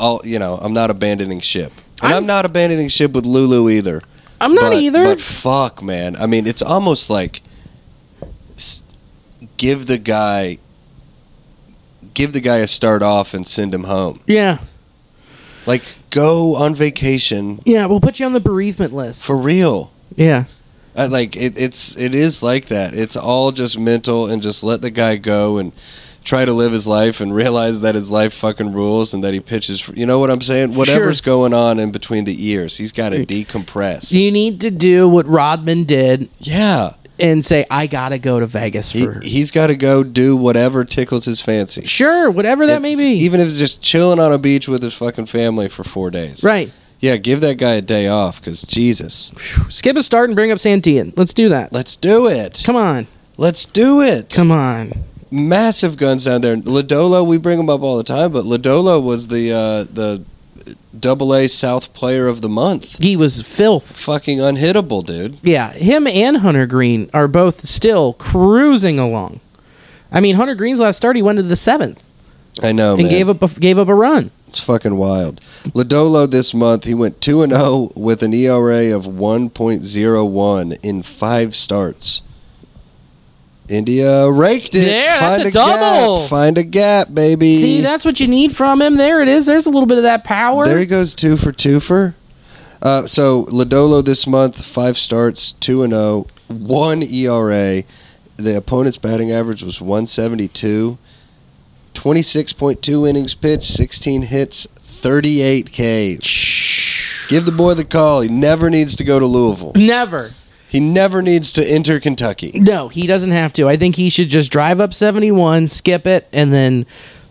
Speaker 1: all you know. I'm not abandoning ship, and I'm,
Speaker 2: I'm-
Speaker 1: not abandoning ship with Lulu either.
Speaker 2: I'm not
Speaker 1: But-
Speaker 2: either.
Speaker 1: But fuck, man. I mean, it's almost like s- give the guy give the guy a start off and send him home.
Speaker 2: yeah,
Speaker 1: Like go on vacation
Speaker 2: yeah. We'll put you on the bereavement list.
Speaker 1: for real.
Speaker 2: yeah,
Speaker 1: I, like it, it's it is like that. It's all just mental and just let the guy go and try to live his life and realize that his life fucking rules and that he pitches. For, you know what I'm saying? Whatever's going on in between the ears, he's got to decompress.
Speaker 2: You need to do what Rodman did
Speaker 1: yeah.
Speaker 2: and say, I gotta go to Vegas
Speaker 1: He,
Speaker 2: for
Speaker 1: he's got to go do whatever tickles his fancy.
Speaker 2: sure, whatever that may
Speaker 1: It's-
Speaker 2: be.
Speaker 1: Even if it's just chilling on a beach with his fucking family for four days.
Speaker 2: right.
Speaker 1: Yeah, give that guy a day off because Jesus.
Speaker 2: Skip a start and bring up Santian. Let's do that.
Speaker 1: Let's do it.
Speaker 2: Come on.
Speaker 1: Let's do it.
Speaker 2: Come on.
Speaker 1: Massive guns down there. Ladolo, we bring him up all the time, but Ladolo was the uh, the double A South player of the month.
Speaker 2: He was filth.
Speaker 1: Fucking unhittable, dude.
Speaker 2: Yeah, him and Hunter Green are both still cruising along. I mean, Hunter Green's last start, he went to the seventh
Speaker 1: I know,
Speaker 2: and
Speaker 1: Oh, man.
Speaker 2: gave up a, gave up a run.
Speaker 1: It's fucking wild. Ladolo this month he went two and zero with an ERA of one point zero one in five starts. India raked it.
Speaker 2: There, that's a
Speaker 1: gap.
Speaker 2: double.
Speaker 1: Find a gap, baby.
Speaker 2: See, that's what you need from him. There it is. There's a little bit of that power.
Speaker 1: There he goes, two for two for. Uh, so Ladolo this month, five starts, two and zero, one ERA. The opponent's batting average was 172. 26.2 innings pitched, 16 hits, 38 Ks. Give the boy the call. He never needs to go to Louisville.
Speaker 2: Never.
Speaker 1: He never needs to enter Kentucky.
Speaker 2: No, he doesn't have to. I think he should just drive up 71, skip it, and then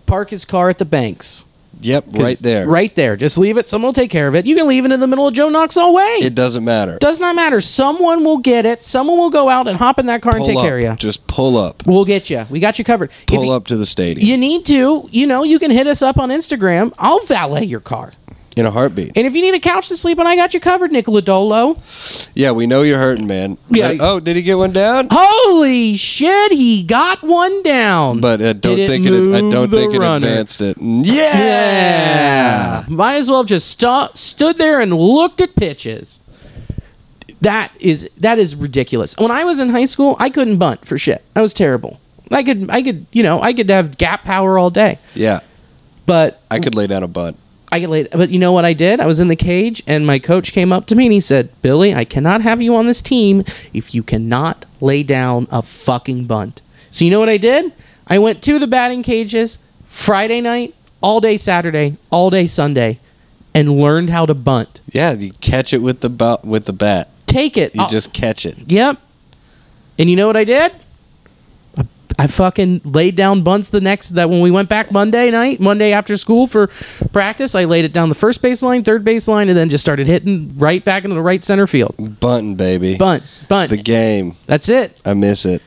Speaker 2: park his car at the banks.
Speaker 1: Yep, right there.
Speaker 2: Right there. Just leave it. Someone will take care of it. You can leave it in the middle of Joe Knoxall Way.
Speaker 1: It doesn't matter.
Speaker 2: does not matter. Someone will get it. Someone will go out and hop in that car and
Speaker 1: Pull
Speaker 2: take
Speaker 1: up.
Speaker 2: care of you.
Speaker 1: Just pull up.
Speaker 2: We'll get you. We got you covered. If
Speaker 1: Pull
Speaker 2: you-
Speaker 1: up to the stadium
Speaker 2: You need to, you know, you can hit us up on Instagram. I'll valet your car.
Speaker 1: in a heartbeat.
Speaker 2: And if you need a couch to sleep on, I got you covered, Nicola Dolo.
Speaker 1: Yeah, we know you're hurting, man.
Speaker 2: Yeah.
Speaker 1: But- oh, did he get one down?
Speaker 2: Holy shit, he got one down.
Speaker 1: But I don't
Speaker 2: Did
Speaker 1: think it.
Speaker 2: move
Speaker 1: I don't
Speaker 2: the
Speaker 1: think it
Speaker 2: runner?
Speaker 1: advanced it. Yeah.
Speaker 2: Yeah. Might as well have just stu- stood there and looked at pitches. That is that is ridiculous. When I was in high school, I couldn't bunt for shit. I was terrible. I could I could, you know, I could have gap power all day.
Speaker 1: Yeah.
Speaker 2: But
Speaker 1: I could lay down a bunt.
Speaker 2: I get laid. But you know what I did? I was in the cage, and my coach came up to me and he said, "Billy, I cannot have you on this team if you cannot lay down a fucking bunt." So you know what I did? I went to the batting cages Friday night, all day Saturday, all day Sunday, and learned how to bunt.
Speaker 1: Yeah, you catch it with the bu- with the bat.
Speaker 2: Take it.
Speaker 1: You
Speaker 2: I'll-
Speaker 1: just catch it.
Speaker 2: yep. And you know what I did? I, I fucking laid down bunts the next that when we went back Monday night, Monday after school for practice, I laid it down the first baseline, third baseline, and then just started hitting right back into the right center field.
Speaker 1: Bunting, baby.
Speaker 2: Bunt, bunt.
Speaker 1: The game.
Speaker 2: That's it.
Speaker 1: I miss it.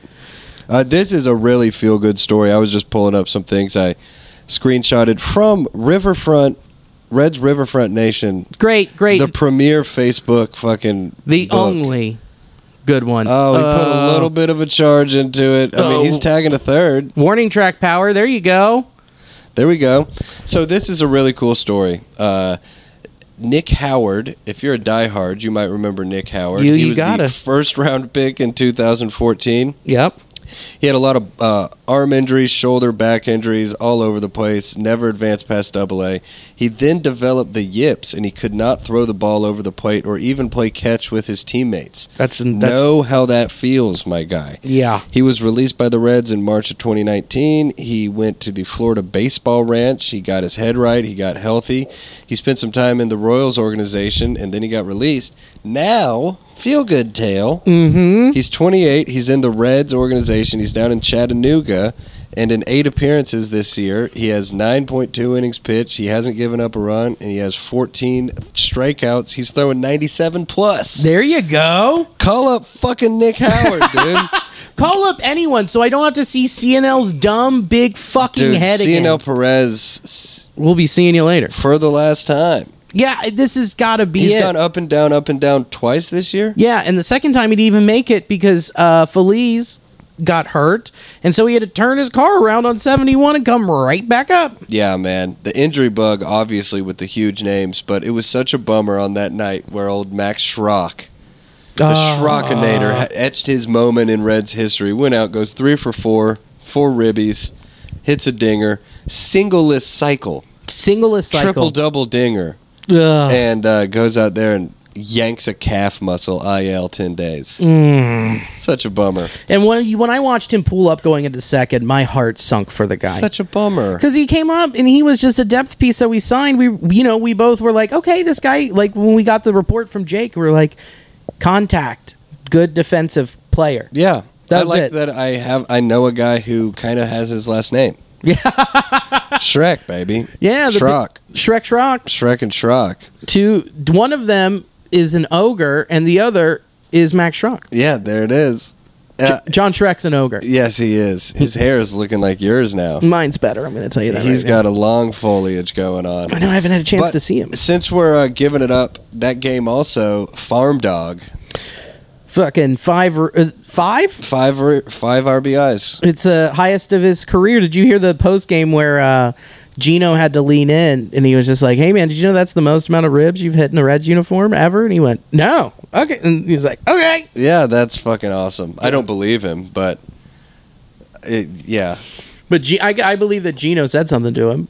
Speaker 1: Uh, this is a really feel good story. I was just pulling up some things I screenshotted from Riverfront, Red's Riverfront Nation,
Speaker 2: Great, great.
Speaker 1: the
Speaker 2: The,
Speaker 1: premier Facebook fucking book.
Speaker 2: only good one.
Speaker 1: Oh, he put
Speaker 2: Uh,
Speaker 1: a little bit of a charge into it. I mean, he's
Speaker 2: Oh.
Speaker 1: tagging a third.
Speaker 2: warning track power. There you go.
Speaker 1: There we go. So this is a really cool story. Uh, Nick Howard, if you're a diehard, you might remember Nick Howard.
Speaker 2: You-
Speaker 1: he
Speaker 2: you
Speaker 1: was
Speaker 2: gotta.
Speaker 1: the first round pick in 2014.
Speaker 2: Yep.
Speaker 1: He had a lot of uh, arm injuries, shoulder, back injuries, all over the place. Never advanced past Double A. He then developed the yips, and he could not throw the ball over the plate or even play catch with his teammates.
Speaker 2: That's- that's-
Speaker 1: know how that feels, my guy.
Speaker 2: Yeah.
Speaker 1: He was released by the Reds in March of 2019. He went to the Florida Baseball Ranch. He got his head right. He got healthy. He spent some time in the Royals organization, and then he got released. Now, feel good tale. Mm-hmm. He's 28. He's in the Reds organization. He's down in Chattanooga. And in eight appearances this year, he has 9.2 innings pitched. He hasn't given up a run, and he has 14 strikeouts. He's throwing 97 plus.
Speaker 2: There you go.
Speaker 1: Call up fucking Nick Howard, dude.
Speaker 2: Call up anyone so I don't have to see CNL's dumb big fucking
Speaker 1: Dude,
Speaker 2: head again.
Speaker 1: CNL Perez s-
Speaker 2: We'll be seeing you later.
Speaker 1: for the last time.
Speaker 2: Yeah, this has got to be
Speaker 1: He's
Speaker 2: it.
Speaker 1: gone up and down, up and down twice this year.
Speaker 2: Yeah, and the second time he'd even make it because uh, Feliz got hurt, and so he had to turn his car around on 71 and come right back up.
Speaker 1: Yeah, man. The injury bug, obviously, with the huge names, but it was such a bummer on that night where old Max Schrock, the
Speaker 2: Ah.
Speaker 1: Schrockinator, ha- etched his moment in Reds history. Went out, goes three for four, four ribbies, hits a dinger, singleless cycle,
Speaker 2: Single as cycle.
Speaker 1: triple double dinger,
Speaker 2: Ugh.
Speaker 1: and uh, goes out there and yanks a calf muscle IL 10 days.
Speaker 2: Mm.
Speaker 1: Such a bummer.
Speaker 2: And when you, when I watched him pull up going into second, my heart sunk for the guy.
Speaker 1: Such a bummer.
Speaker 2: because he came up and he was just a depth piece that we signed. We, you know, we both were like, okay, this guy. Like when we got the report from Jake, we were like, contact, good defensive player.
Speaker 1: Yeah. I
Speaker 2: That's
Speaker 1: like
Speaker 2: it.
Speaker 1: that I have I know a guy who kind of has his last name. Yeah. Shrek, baby.
Speaker 2: Yeah, the-
Speaker 1: Shrock.
Speaker 2: Shrek, Shrock.
Speaker 1: Shrek and Shrock.
Speaker 2: Two. One of them is an ogre, and the other is Max Shrock.
Speaker 1: Yeah, there it is. Uh,
Speaker 2: John Shrek's an ogre.
Speaker 1: yes, he is. His hair is looking like yours now.
Speaker 2: Mine's better. I'm going to tell you that.
Speaker 1: He's
Speaker 2: Mm. right now.
Speaker 1: got a long foliage going on.
Speaker 2: I know I haven't had a chance
Speaker 1: But
Speaker 2: to see him.
Speaker 1: Since we're uh, giving it up, that game also Farm Dog
Speaker 2: Fucking five, or- uh, five.
Speaker 1: five R- five RBIs.
Speaker 2: It's the highest of his career. Did you hear the post game where uh, Gino had to lean in and he was just like, "Hey man, did you know that's the most amount of ribs you've hit in a Reds uniform ever?" And he went, "No, okay." And he was like, "Okay."
Speaker 1: Yeah, that's fucking awesome. I don't believe him, but it, yeah.
Speaker 2: But G- I, I believe that Gino said something to him.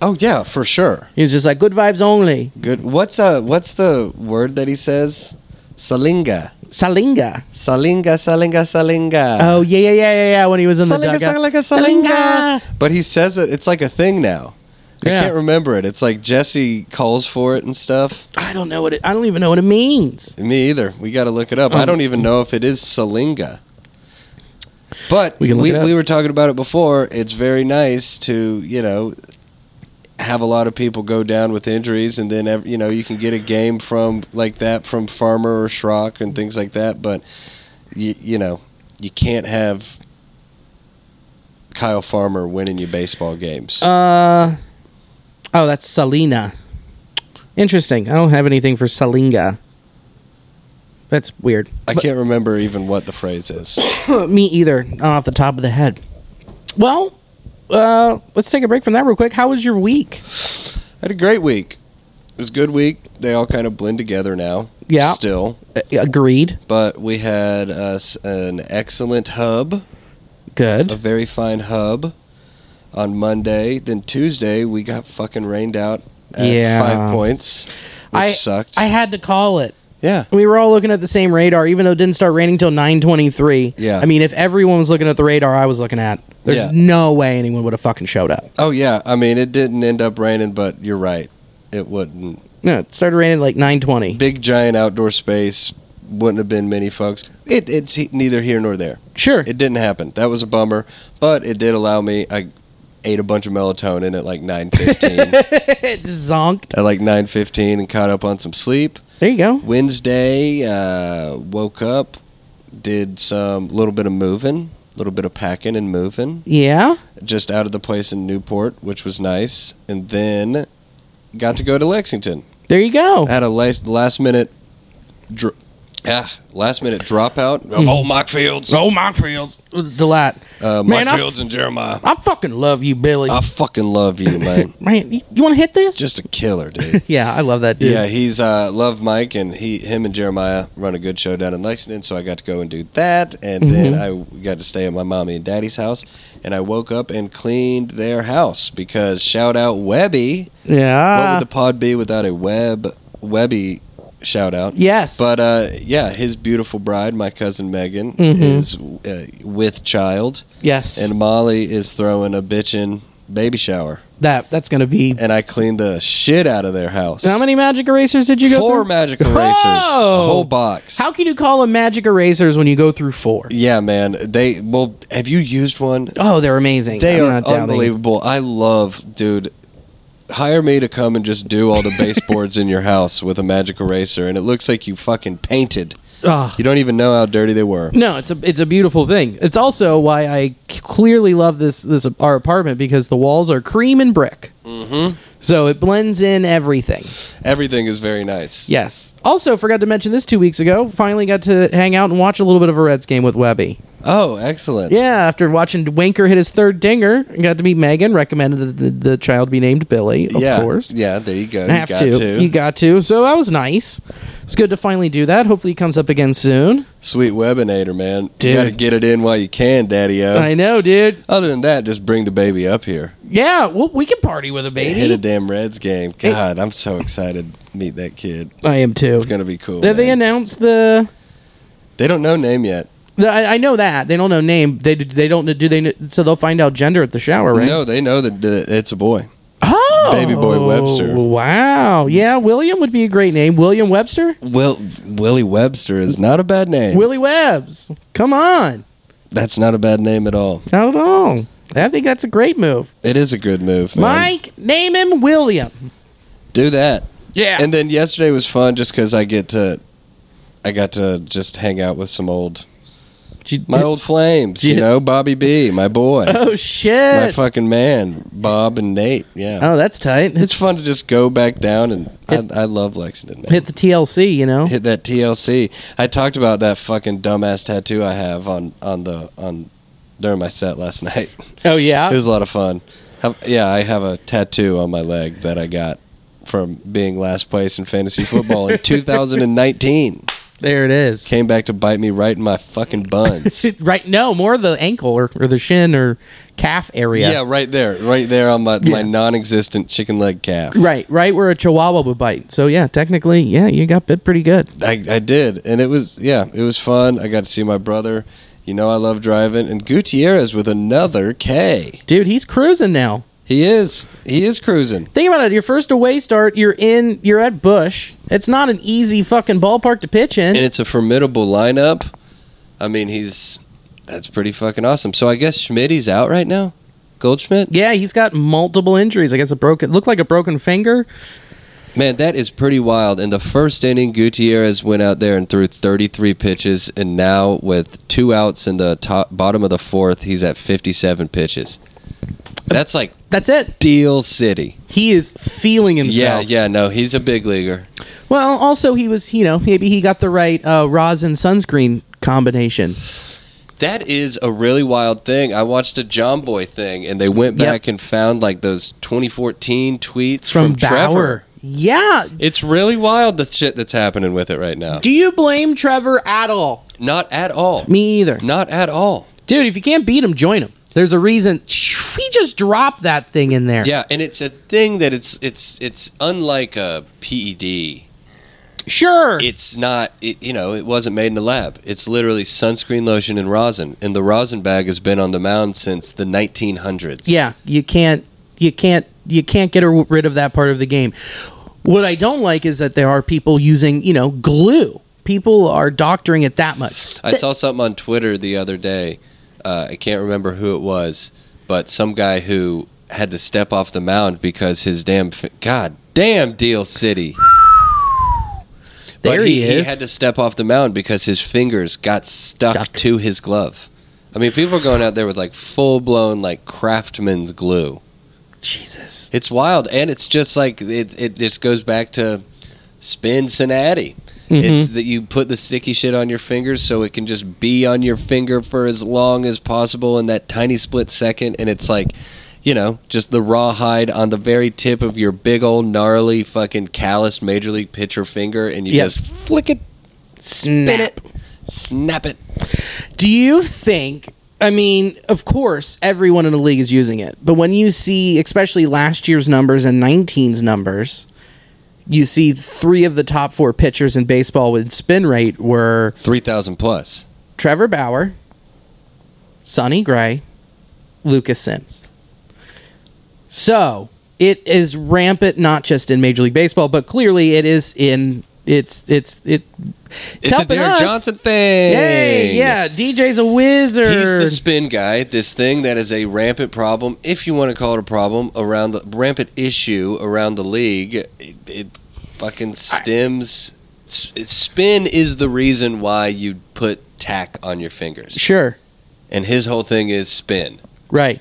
Speaker 1: Oh yeah, for sure.
Speaker 2: He was just like, "Good vibes only."
Speaker 1: Good. What's uh What's the word that he says? Salinga,
Speaker 2: Salinga.
Speaker 1: salinga, salinga, salinga.
Speaker 2: Oh yeah, yeah, yeah, yeah, yeah. When he was in the
Speaker 1: Salinga,
Speaker 2: dugout.
Speaker 1: salinga, salinga. But he says it. It's like a thing now.
Speaker 2: Yeah.
Speaker 1: I can't remember it. It's like Jesse calls for it and stuff.
Speaker 2: I don't know what it. I don't even know what it means.
Speaker 1: Me either. We got to look it up.
Speaker 2: Oh.
Speaker 1: I don't even know if it is Salinga. But
Speaker 2: We
Speaker 1: we,
Speaker 2: can look
Speaker 1: we,
Speaker 2: it up.
Speaker 1: were talking about it before. It's very nice to, you know, have a lot of people go down with injuries and then, ev- you know, you can get a game from like that from Farmer or Schrock and things like that. But, you, you know, you can't have Kyle Farmer winning you baseball games.
Speaker 2: Uh, Oh, that's Salina. Interesting. I don't have anything for Salinga. That's weird.
Speaker 1: I can't remember even what the phrase is.
Speaker 2: Me either, not off the top of the head. Well, uh, let's take a break from that real quick. How was your week?
Speaker 1: had a great week. It was a good week. They all kind of blend together now.
Speaker 2: Yeah.
Speaker 1: Still.
Speaker 2: Agreed.
Speaker 1: But we had uh, s- an excellent hub, a
Speaker 2: Good.
Speaker 1: very fine hub on Monday. Then Tuesday, we got fucking rained out at
Speaker 2: Yeah.
Speaker 1: five points, which
Speaker 2: I
Speaker 1: sucked.
Speaker 2: I had to call it.
Speaker 1: yeah.
Speaker 2: We were all looking at the same radar, even though it didn't start raining till nine twenty three.
Speaker 1: Yeah.
Speaker 2: I mean, if everyone was looking at the radar, I was looking at. There's
Speaker 1: Yeah.
Speaker 2: no way anyone would have fucking showed up.
Speaker 1: Oh, yeah. I mean, it didn't end up raining, but you're right. It wouldn't.
Speaker 2: No, it started raining at like nine twenty.
Speaker 1: Big, giant outdoor space. Wouldn't have been many folks. It, it's he- neither here nor there.
Speaker 2: Sure.
Speaker 1: It didn't happen. That was a bummer, but it did allow me. I ate a bunch of melatonin at like nine fifteen. at
Speaker 2: It zonked.
Speaker 1: like nine fifteen, and caught up on some sleep.
Speaker 2: There you go.
Speaker 1: Wednesday, uh, woke up, did some little bit of moving, little bit of packing and moving,
Speaker 2: Yeah.
Speaker 1: just out of the place in Newport, which was nice, and then got to go to Lexington.
Speaker 2: There you go.
Speaker 1: Had a last last minute, dr- ah, last minute dropout. of Old Mike Fields,
Speaker 2: Mm. Oh, Montfields. Delat.
Speaker 1: uh, Mike
Speaker 2: Man, I,
Speaker 1: Fields
Speaker 2: f-
Speaker 1: and Jeremiah.
Speaker 2: I fucking love you, Billy.
Speaker 1: I fucking love you, man.
Speaker 2: Man, you, you want to hit this?
Speaker 1: Just a killer, dude.
Speaker 2: Yeah, I love that dude.
Speaker 1: Yeah, he's uh, love Mike, and he, him, and Jeremiah run a good show down in Lexington. So I got to go and do that, and
Speaker 2: Mm-hmm.
Speaker 1: then I got to stay at my mommy and daddy's house. And I woke up and cleaned their house because shout out Webby. what
Speaker 2: Yeah.
Speaker 1: would the pod be without a Web Webby shout out?
Speaker 2: Yes.
Speaker 1: But uh, yeah, his beautiful bride, my cousin Megan,
Speaker 2: Mm-hmm.
Speaker 1: is uh, with child,
Speaker 2: yes.
Speaker 1: and Molly is throwing a bitchin' baby shower.
Speaker 2: that that's gonna be.
Speaker 1: and I cleaned the shit out of their house.
Speaker 2: how many magic erasers did you go
Speaker 1: Four
Speaker 2: through?
Speaker 1: magic erasers,
Speaker 2: Whoa!
Speaker 1: a whole box.
Speaker 2: How can you call them magic erasers when you go through four?
Speaker 1: yeah, man. They well, have you used one?
Speaker 2: Oh, they're amazing.
Speaker 1: They
Speaker 2: I'm
Speaker 1: are
Speaker 2: not doubting.
Speaker 1: unbelievable. I love, dude. Hire me to come and just do all the baseboards in your house with a magic eraser, and it looks like you fucking painted.
Speaker 2: Ugh.
Speaker 1: You don't even know how dirty they were.
Speaker 2: Ah. No, it's a it's a beautiful thing. It's also why I c- clearly love this this our apartment because the walls are cream and brick. Mm-hmm. So it blends in everything.
Speaker 1: Everything is very nice.
Speaker 2: Yes. Also, forgot to mention this two weeks ago. Finally got to hang out and watch a little bit of a Reds game with Webby.
Speaker 1: Oh, excellent.
Speaker 2: Yeah, after watching Winker hit his third dinger, got to meet Megan. Recommended that the, the child be named Billy, of
Speaker 1: yeah.
Speaker 2: course.
Speaker 1: Yeah, there you go.
Speaker 2: I have
Speaker 1: you got
Speaker 2: to.
Speaker 1: to.
Speaker 2: You got to. So that was nice. It's good to finally do that. Hopefully, it comes up again soon.
Speaker 1: Sweet Webinator, man.
Speaker 2: Dude.
Speaker 1: You got to get it in while you can, Daddy O.
Speaker 2: I know, dude.
Speaker 1: Other than that, just bring the baby up here.
Speaker 2: Yeah, well, we can party with a
Speaker 1: Hit
Speaker 2: baby.
Speaker 1: a damn Reds game. God, I'm so excited to meet that kid.
Speaker 2: I am too.
Speaker 1: It's going to be cool.
Speaker 2: Did they
Speaker 1: man.
Speaker 2: announce the?
Speaker 1: They don't know name yet.
Speaker 2: the I, I know that they don't know name. They they don't do they. kn- So they'll find out gender at the shower, right?
Speaker 1: No, they know that that it's a boy.
Speaker 2: Oh,
Speaker 1: Baby boy Webster.
Speaker 2: Wow. Yeah, William would be a great name. William Webster.
Speaker 1: Will Willie Webster is not a bad name.
Speaker 2: Willie Webbs. Come on.
Speaker 1: That's not a bad name at all.
Speaker 2: Not at all. I think that's a great move.
Speaker 1: It is a good move, man.
Speaker 2: Mike, name him William.
Speaker 1: Do that.
Speaker 2: Yeah.
Speaker 1: And then yesterday was fun just because I get to, I got to just hang out with some old, my old flames. You
Speaker 2: Yeah.
Speaker 1: know, Bobby B, my boy,
Speaker 2: Oh
Speaker 1: my
Speaker 2: shit.
Speaker 1: fucking man, Bob and Nate. Yeah.
Speaker 2: oh, that's tight. Hit,
Speaker 1: It's fun to just go back down and I, I love Lexington, man.
Speaker 2: hit the TLC, you know.
Speaker 1: hit that TLC. I talked about that fucking dumbass tattoo I have on on the on during my set last night.
Speaker 2: oh
Speaker 1: it
Speaker 2: yeah.
Speaker 1: was a lot of fun. Have, yeah, I have a tattoo on my leg that I got from being last place in fantasy football in 2019.
Speaker 2: There it is.
Speaker 1: Came back to bite me right in my fucking buns.
Speaker 2: Right. No, more the ankle or, or the shin or calf area.
Speaker 1: Yeah, right there, right there on my, my non-existent chicken leg calf.
Speaker 2: Right, right where a chihuahua would bite. So yeah, technically, yeah, you got bit pretty good.
Speaker 1: I, I did, and it was yeah, it was fun. I got to see my brother. You know, I love driving, and Gutierrez with another K.
Speaker 2: Dude, he's cruising now.
Speaker 1: He is. He is cruising.
Speaker 2: Think about it. Your first away start, you're in, you're at Bush. It's not an easy fucking ballpark to pitch in.
Speaker 1: And it's a formidable lineup. I mean, he's that's pretty fucking awesome. So I guess Schmidt's out right now. Goldschmidt?
Speaker 2: yeah, he's got multiple injuries. I guess a broken, looked like a broken finger.
Speaker 1: Man, that is pretty wild. In the first inning, Gutierrez went out there and threw 33 pitches and now with two outs in the top bottom of the 4th, he's at 57 pitches. That's like
Speaker 2: That's it.
Speaker 1: Deal City.
Speaker 2: He is feeling
Speaker 1: Yeah,
Speaker 2: himself.
Speaker 1: yeah, no, he's a big leaguer.
Speaker 2: Well, also he was, you know, maybe he got the right uh, rosin sunscreen combination.
Speaker 1: That is a really wild thing. I watched a John Boy thing, and they went
Speaker 2: Yep.
Speaker 1: back and found like those 2014 tweets
Speaker 2: from,
Speaker 1: from, Trevor.
Speaker 2: Bauer. Yeah.
Speaker 1: It's really wild the shit that's happening with it right now.
Speaker 2: Do you blame Trevor at all?
Speaker 1: Not at all.
Speaker 2: Me either.
Speaker 1: Not at all.
Speaker 2: Dude, if you can't beat him, join him. There's a reason. He just dropped that thing in there.
Speaker 1: Yeah, and it's a thing that it's it's it's unlike a PED.
Speaker 2: Sure.
Speaker 1: It's not it, you know, it wasn't made in a lab. It's literally sunscreen lotion and rosin, and the rosin bag has been on the mound since the 1900s.
Speaker 2: yeah, you can't you can't you can't get rid of that part of the game. What I don't like is that there are people using, you know, glue. People are doctoring it that much.
Speaker 1: I saw something on Twitter the other day. Uh, I can't remember who it was, but some guy who had to step off the mound because his damn fi- god damn deal city.
Speaker 2: There
Speaker 1: but
Speaker 2: he, is.
Speaker 1: He had to step off the mound because his fingers got stuck
Speaker 2: Stuck.
Speaker 1: to his glove. I mean, people are going out there with like full blown like craftsman's glue.
Speaker 2: Jesus.
Speaker 1: It's wild, and it's just like it. It just goes back to spin Cincinnati.
Speaker 2: Mm-hmm.
Speaker 1: It's that you put the sticky shit on your fingers so it can just be on your finger for as long as possible in that tiny split second, and it's like. You know, just the rawhide on the very tip of your big old gnarly fucking calloused major league pitcher finger, and you
Speaker 2: Yep.
Speaker 1: just flick it,
Speaker 2: Snap.
Speaker 1: spin it, snap it.
Speaker 2: Do you think? I mean, of course, everyone in the league is using it, but when you see, especially last year's numbers and 19's numbers, you see three of the top four pitchers in baseball with spin rate were
Speaker 1: 3,000 plus.
Speaker 2: Trevor Bauer, Sonny Gray, Lucas Sims. So it is rampant, not just in Major League Baseball, but clearly it is in. It's it's it. It's,
Speaker 1: It's
Speaker 2: helping
Speaker 1: a Derek
Speaker 2: us.
Speaker 1: Johnson thing.
Speaker 2: Yay! Yeah, DJ's a wizard.
Speaker 1: He's the spin guy. This thing that is a rampant problem, if you want to call it a problem, around the rampant issue around the league. It, it fucking stems. s- spin is the reason why you put tack on your fingers,
Speaker 2: Sure.
Speaker 1: and his whole thing is spin.
Speaker 2: Right.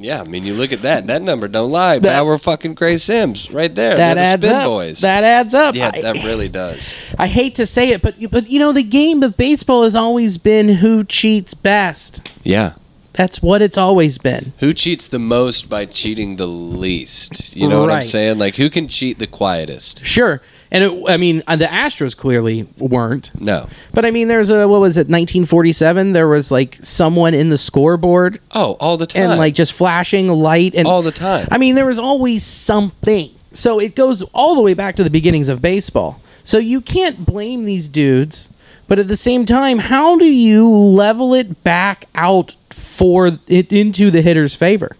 Speaker 1: Yeah, I mean, you look at that. That number don't lie.
Speaker 2: That-
Speaker 1: Bauer fucking Gray Sims right there.
Speaker 2: That
Speaker 1: They're
Speaker 2: adds
Speaker 1: the spin
Speaker 2: up.
Speaker 1: boys.
Speaker 2: That adds up.
Speaker 1: yeah,
Speaker 2: I-
Speaker 1: that really does.
Speaker 2: I hate to say it, but but you know the game of baseball has always been who cheats best.
Speaker 1: Yeah.
Speaker 2: That's what it's always been.
Speaker 1: Who cheats the most by cheating the least? You know what I'm
Speaker 2: Right.
Speaker 1: saying? Like, who can cheat the quietest?
Speaker 2: Sure, and it, I mean uh, the Astros clearly weren't.
Speaker 1: No.
Speaker 2: But I mean, there's a what was it, 1947? There was like someone in the scoreboard
Speaker 1: Oh, all the time.
Speaker 2: and like just flashing a light and
Speaker 1: All the time.
Speaker 2: I mean, there was always something. So it goes all the way back to the beginnings of baseball. So you can't blame these dudes, but at the same time, how do you level it back out for it into the hitter's favor?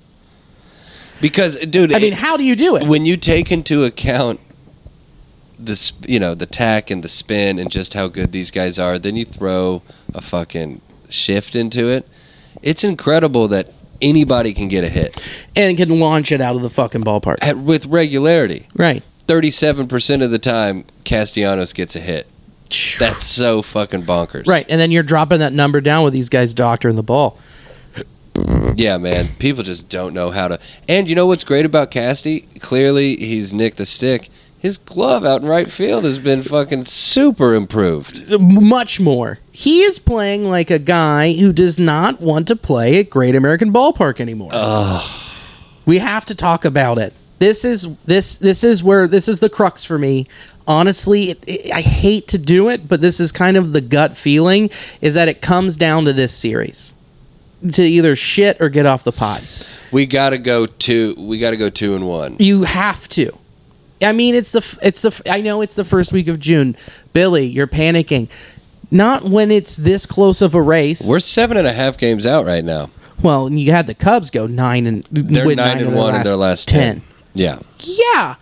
Speaker 1: because, dude,
Speaker 2: I mean,
Speaker 1: it-
Speaker 2: how do you do it?
Speaker 1: when you take into account this, you know, the tack and the spin and just how good these guys are, then you throw a fucking shift into it. It's incredible that anybody can get a hit
Speaker 2: and can launch it out of the fucking ballpark.
Speaker 1: at, with regularity.
Speaker 2: Right.
Speaker 1: 37% of the time, Castellanos gets a hit. That's so fucking bonkers.
Speaker 2: Right. And then you're dropping that number down with these guys doctoring the ball.
Speaker 1: Yeah, man. People just don't know how to. And you know what's great about Casty? Clearly, he's nicked the stick. His glove out in right field has been fucking super improved.
Speaker 2: much more. He is playing like a guy who does not want to play at Great American Ballpark anymore. We have to talk about it. This is this this is where this is the crux for me. Honestly, it, it, I hate to do it, but this is kind of the gut feeling is that it comes down to this series to either shit or get off the pot.
Speaker 1: We gotta go two. We gotta go two and one.
Speaker 2: You have to. I mean, it's the f- it's the f- I know it's the first week of June. Billy, you're panicking. Not when it's this close of a race.
Speaker 1: We're seven and a half games out right now.
Speaker 2: Well, you had the Cubs go nine and
Speaker 1: They're
Speaker 2: win
Speaker 1: nine,
Speaker 2: of
Speaker 1: and
Speaker 2: their
Speaker 1: one in their last ten. Yeah,
Speaker 2: Yeah,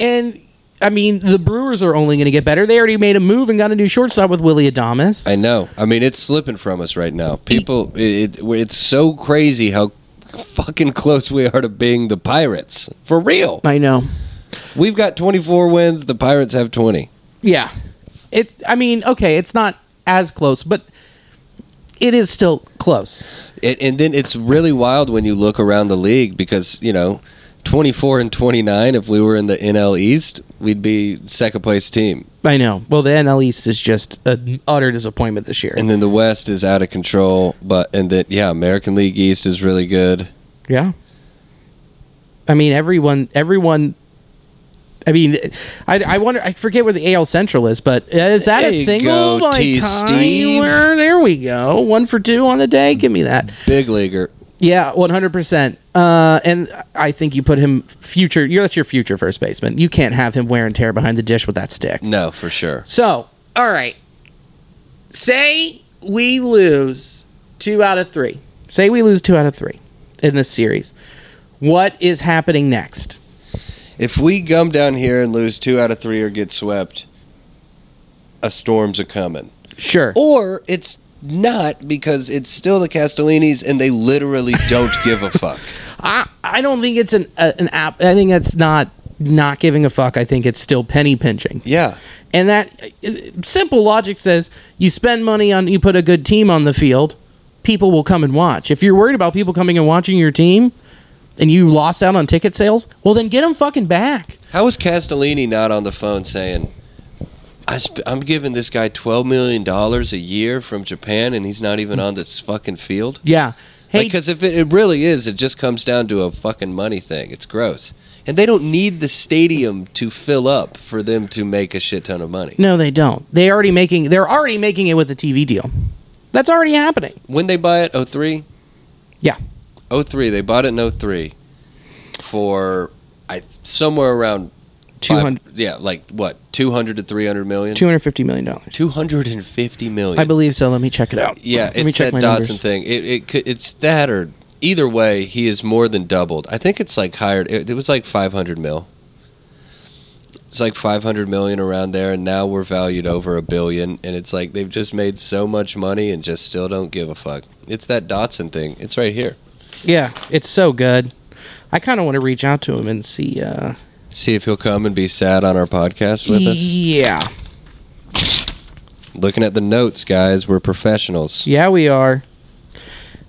Speaker 2: and I mean the Brewers are only going to get better. They already made a move and got a new shortstop with Willie Adamas.
Speaker 1: I know. I mean, it's slipping from us right now. People, it, it, it's so crazy how fucking close we are to being the Pirates for real.
Speaker 2: I know.
Speaker 1: We've got twenty four wins. The Pirates have twenty.
Speaker 2: Yeah, it. I mean, okay, it's not as close, but it is still close.
Speaker 1: It, and then it's really wild when you look around the league because, you know, 24 and 29, if we were in the NL East, we'd be second place team.
Speaker 2: I know. Well, the NL East is just an utter disappointment this year.
Speaker 1: And then the West is out of control. But, and then, yeah, American League East is really good.
Speaker 2: Yeah. I mean, everyone, everyone. I mean, I, I wonder. I forget where the AL Central is, but is that
Speaker 1: There
Speaker 2: a
Speaker 1: you
Speaker 2: single
Speaker 1: go,
Speaker 2: like,
Speaker 1: T. Steve.
Speaker 2: timer? There we go. One for two on the day. Give me that.
Speaker 1: Big leaguer.
Speaker 2: Yeah, one hundred percent. Uh, And I think you put him future. You're that's your future first baseman. You can't have him wear and tear behind the dish with that stick.
Speaker 1: No, for sure.
Speaker 2: So, all right. Say we lose two out of three. Say we lose two out of three in this series. What is happening next?
Speaker 1: If we gum down here and lose two out of three or get swept, a storm's a coming.
Speaker 2: Sure.
Speaker 1: Or it's not because it's still the Castellinis and they literally don't give a fuck.
Speaker 2: I, I don't think it's an a, an app. I think that's not not giving a fuck. I think it's still penny pinching.
Speaker 1: Yeah.
Speaker 2: And that uh, simple logic says you spend money on you put a good team on the field, people will come and watch. If you're worried about people coming and watching your team and you lost out on ticket sales, well then get them fucking back.
Speaker 1: How was Castellini not on the phone saying, I sp- "I'm giving this guy twelve million dollars a year from Japan, and he's not even on this fucking field"?
Speaker 2: Yeah. Hey,
Speaker 1: because if it, it really is, it just comes down to a fucking money thing. It's gross, and they don't need the stadium to fill up for them to make a shit ton of money.
Speaker 2: no, they don't. They already making. They're already making it with a TV deal. That's already happening.
Speaker 1: When they buy it, 03?
Speaker 2: Yeah.
Speaker 1: 03, they bought it in 03 for I somewhere around five-
Speaker 2: 200
Speaker 1: yeah, like what two hundred to three hundred million.
Speaker 2: Two hundred fifty million dollars.
Speaker 1: Two hundred and fifty million.
Speaker 2: I believe so. Let me check it out.
Speaker 1: Yeah,
Speaker 2: Let me
Speaker 1: it's
Speaker 2: check
Speaker 1: that
Speaker 2: my
Speaker 1: Dodson
Speaker 2: numbers.
Speaker 1: thing. It, it could, it's that or either way, he is more than doubled. I think it's like hired. It, it was like five hundred mil. It's like five hundred million around there, and now we're valued over a billion. And it's like they've just made so much money and just still don't give a fuck. It's that Dotson thing. It's right here.
Speaker 2: Yeah, it's so good. I kind of want to reach out to him and see. Uh,
Speaker 1: See if he'll come and be sad on our podcast with us.
Speaker 2: yeah,
Speaker 1: Looking at the notes, guys, we're professionals.
Speaker 2: yeah, we are.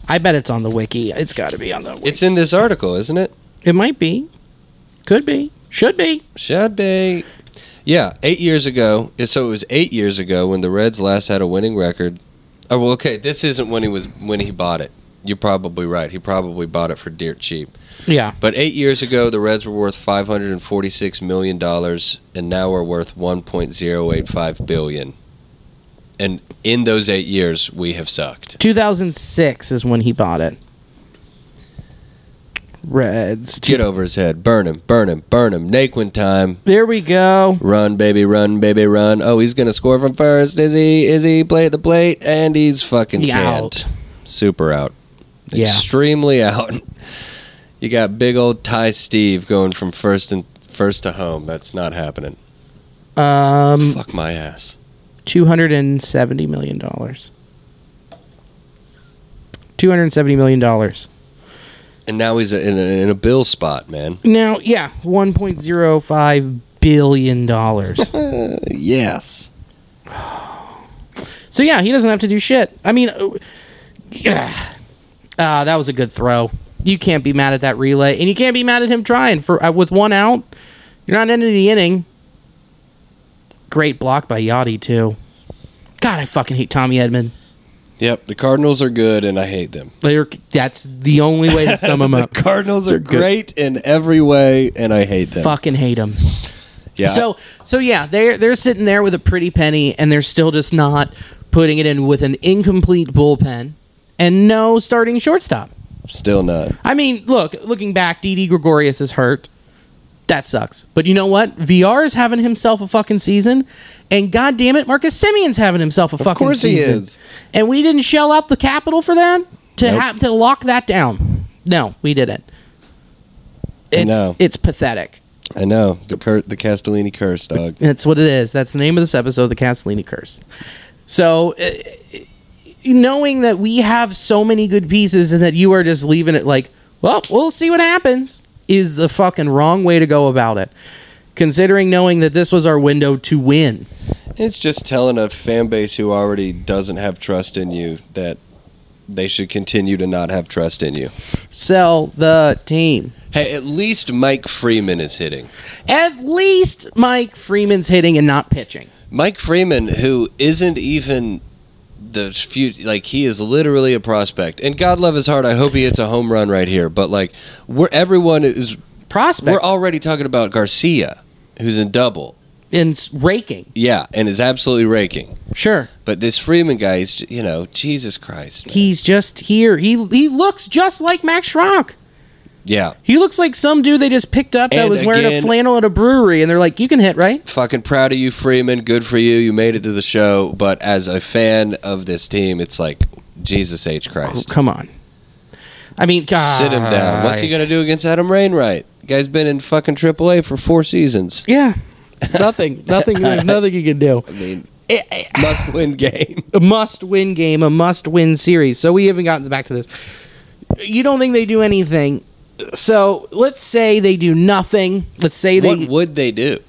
Speaker 2: I bet it's on the wiki. It's got to be on the wiki.
Speaker 1: It's in this article, isn't it?
Speaker 2: it might be. Could be. Should be.
Speaker 1: Should be. Yeah, eight years ago. So it was eight years ago when the Reds last had a winning record. Oh well, okay. This isn't when he was when he bought it. You're probably right. He probably bought it for dirt cheap.
Speaker 2: Yeah.
Speaker 1: But eight years ago, the Reds were worth five hundred and forty-six million dollars, and now we're worth one point zero eight five billion. And in those eight years, we have sucked.
Speaker 2: 2006 is when he bought it. Reds.
Speaker 1: Get over his head. Burn him. Burn him. Burn him. Naquin time.
Speaker 2: There we go.
Speaker 1: Run, baby, run, baby, run. Oh, he's gonna score from first. Is he? Is he? Play at the plate, and he's fucking
Speaker 2: He
Speaker 1: canned.
Speaker 2: out.
Speaker 1: Super out.
Speaker 2: Yeah.
Speaker 1: Extremely out. You got big old Ty Steve going from first and first to home. That's not happening.
Speaker 2: Um,
Speaker 1: Fuck my ass.
Speaker 2: 270 million dollars. 270 million dollars.
Speaker 1: And now he's in a, in a bill spot, man.
Speaker 2: Now, yeah, 1.05 billion dollars.
Speaker 1: Yes.
Speaker 2: so yeah, he doesn't have to do shit. I mean, uh, yeah. Ah, that was a good throw. You can't be mad at that relay, and you can't be mad at him trying for uh, with one out. You're not ending the inning. Great block by Yachty too. God, I fucking hate Tommy Edmond.
Speaker 1: Yep. The Cardinals are good, and I hate them.
Speaker 2: They're, that's the only way to sum him up.
Speaker 1: Cardinals are
Speaker 2: good.
Speaker 1: great in every way, and I hate them.
Speaker 2: Fucking hate him.
Speaker 1: Yeah.
Speaker 2: So so yeah, they're they're sitting there with a pretty penny, and they're still just not putting it in with an incomplete bullpen and no starting shortstop.
Speaker 1: still not.
Speaker 2: I mean, look, looking back, Didi Gregorius is hurt. That sucks. But you know what? VR is having himself a fucking season, and god damn it, Marcus Simeon's having himself a fucking
Speaker 1: course he
Speaker 2: season.
Speaker 1: is.
Speaker 2: And we didn't shell out the capital for that to
Speaker 1: Nope.
Speaker 2: have to lock that down. No, we didn't. It's
Speaker 1: know.
Speaker 2: it's pathetic.
Speaker 1: I know the cur- the Castellini curse, dog.
Speaker 2: That's what it is. That's the name of this episode, The Castellini Curse. So, uh, knowing that we have so many good pieces and that you are just leaving it like, well, we'll see what happens, is the fucking wrong way to go about it. Considering knowing that this was our window to win.
Speaker 1: It's just telling a fan base who already doesn't have trust in you that they should continue to not have trust in you.
Speaker 2: Sell the team.
Speaker 1: Hey, at least Mike Freeman is hitting.
Speaker 2: At least Mike Freeman's hitting and not pitching.
Speaker 1: Mike Freeman, who isn't even the few, like he is literally a prospect. And God love his heart, I hope he hits a home run right here. But like, we're everyone is
Speaker 2: Prospect
Speaker 1: we're already talking about Garcia, who's in double,
Speaker 2: and raking.
Speaker 1: yeah, and is absolutely raking.
Speaker 2: Sure.
Speaker 1: But this Freeman guy is, you know, Jesus Christ, man.
Speaker 2: He's just here. He he looks just like Max Schrock.
Speaker 1: yeah,
Speaker 2: He looks like some dude they just picked up that
Speaker 1: And
Speaker 2: was wearing a
Speaker 1: again-
Speaker 2: flannel at a brewery, and they're like, "You can hit, right?"
Speaker 1: fucking proud of you, Freeman. Good for you. You made it to the show. But as a fan of this team, it's like Jesus H Christ.
Speaker 2: Come on. I mean, Oh, God.
Speaker 1: Sit him down. What's he gonna do against Adam Rainwright? Guy's been in fucking AAA for four seasons.
Speaker 2: Yeah, nothing, nothing, there's nothing you can do.
Speaker 1: I mean, must win game.
Speaker 2: A must-win game, a must-win series. So we haven't gotten back to this. You don't think they do anything? So let's say they do nothing. Let's say they
Speaker 1: What would they do?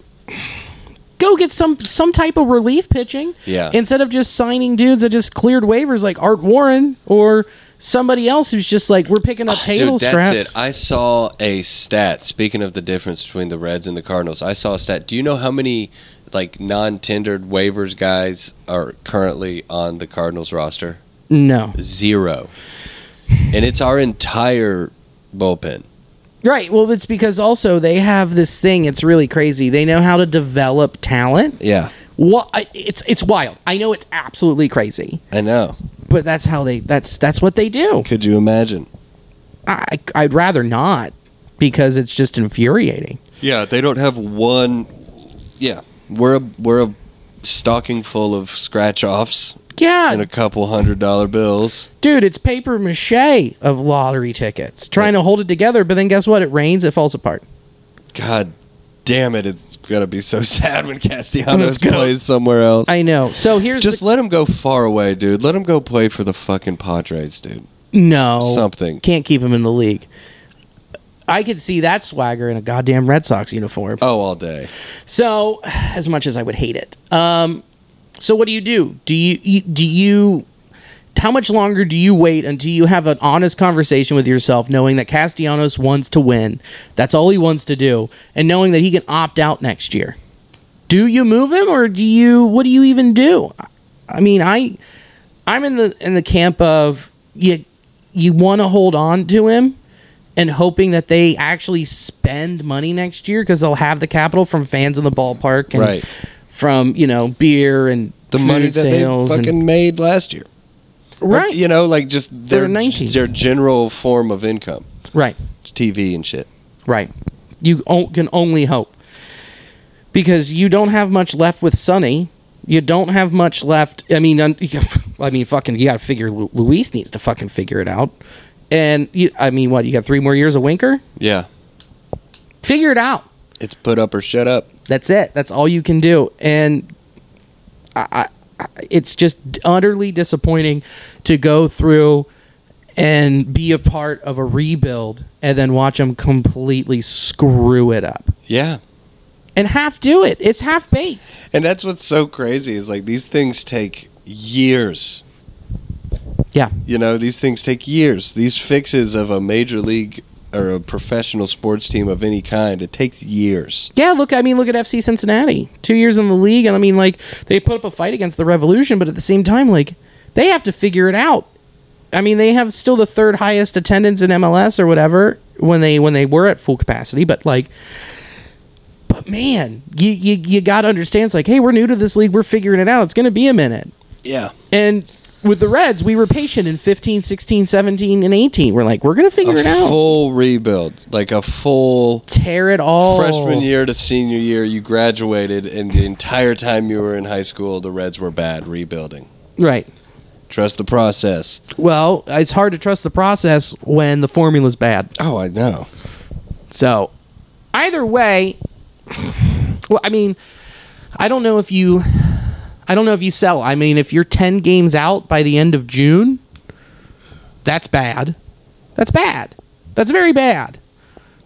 Speaker 2: go get some some type of relief pitching.
Speaker 1: Yeah.
Speaker 2: Instead of just signing dudes that just cleared waivers like Art Warren or somebody else who's just like we're picking up table
Speaker 1: Ah, Dude, that's
Speaker 2: scraps.
Speaker 1: it. I saw a stat. Speaking of the difference between the Reds and the Cardinals, I saw a stat. Do you know how many like non-tendered waivers guys are currently on the Cardinals roster?
Speaker 2: no.
Speaker 1: Zero. And it's our entire bullpen.
Speaker 2: Right. Well, it's because also they have this thing. It's really crazy. They know how to develop talent.
Speaker 1: Yeah,
Speaker 2: What I- it's it's wild. I know it's absolutely crazy,
Speaker 1: I know.
Speaker 2: but that's how they that's that's what they do.
Speaker 1: Could you imagine?
Speaker 2: I I'd rather not because it's just infuriating.
Speaker 1: Yeah, they don't have one. Yeah, we're a we're a stocking full of scratch offs
Speaker 2: Yeah,
Speaker 1: and a couple hundred dollar bills.
Speaker 2: dude, it's paper mache of lottery tickets trying to hold it together, but then guess what? It rains, it falls apart.
Speaker 1: God damn it! It's gonna be so sad when Castellanos
Speaker 2: Let's go.
Speaker 1: plays somewhere else.
Speaker 2: I know. So here's
Speaker 1: just
Speaker 2: the,
Speaker 1: let him go far away, dude. Let him go play for the fucking Padres, dude.
Speaker 2: no
Speaker 1: something.
Speaker 2: Can't keep him in the league. I could see that swagger in a goddamn Red Sox uniform.
Speaker 1: Oh, all day.
Speaker 2: So, as much as I would hate it, um, so what do you do? Do you, you do you how much longer do you wait until you have an honest conversation with yourself, knowing that Castellanos wants to win? That's all he wants to do, and knowing that he can opt out next year. Do you move him, or do you? What do you even do? I mean, I, I'm in the in the camp of you. You want to hold on to him, and hoping that they actually spend money next year because they'll have the capital from fans in the ballpark and
Speaker 1: Right.
Speaker 2: from you know beer and
Speaker 1: the
Speaker 2: food
Speaker 1: money that they
Speaker 2: sales
Speaker 1: fucking
Speaker 2: and,
Speaker 1: made last year. Or,
Speaker 2: right
Speaker 1: you know, like just their
Speaker 2: 19.
Speaker 1: their general form of income,
Speaker 2: right
Speaker 1: TV and shit.
Speaker 2: right you o- can only hope because you don't have much left with Sonny. You don't have much left. I mean, un- I mean, fucking, you got to figure Lu- Luis needs to fucking figure it out. And you, I mean, what you got three more years of Winker?
Speaker 1: Yeah,
Speaker 2: Figure it out.
Speaker 1: it's put up or shut up.
Speaker 2: That's it. That's all you can do. And I, I, I, it's just utterly disappointing to go through and be a part of a rebuild and then watch them completely screw it up
Speaker 1: Yeah,
Speaker 2: and half do it. It's half baked.
Speaker 1: and that's what's so crazy is like these things take years.
Speaker 2: Yeah.
Speaker 1: You know, these things take years. These fixes of a major league or a professional sports team of any kind, it takes years.
Speaker 2: Yeah, look, I mean, look at FC Cincinnati. Two years in the league, and I mean, like, they put up a fight against the Revolution, but at the same time, like, they have to figure it out. I mean, they have still the third highest attendance in MLS or whatever when they when they were at full capacity, but like, but man, you you, you got to understand, it's like, hey, we're new to this league, we're figuring it out. It's going to be a minute.
Speaker 1: Yeah,
Speaker 2: And with the Reds, we were patient in 15, 16, 17, and 18. We're like, we're going to figure it
Speaker 1: a
Speaker 2: out.
Speaker 1: full rebuild, like a full
Speaker 2: Tear it all.
Speaker 1: freshman year to senior year. You graduated, and the entire time you were in high school, the Reds were bad rebuilding.
Speaker 2: Right.
Speaker 1: Trust the process.
Speaker 2: Well, it's hard to trust the process when the formula's bad.
Speaker 1: Oh, I know.
Speaker 2: So, either way, well, I mean, I don't know if you, I don't know if you sell. I mean, if you're ten games out by the end of June, that's bad. That's bad. That's very bad.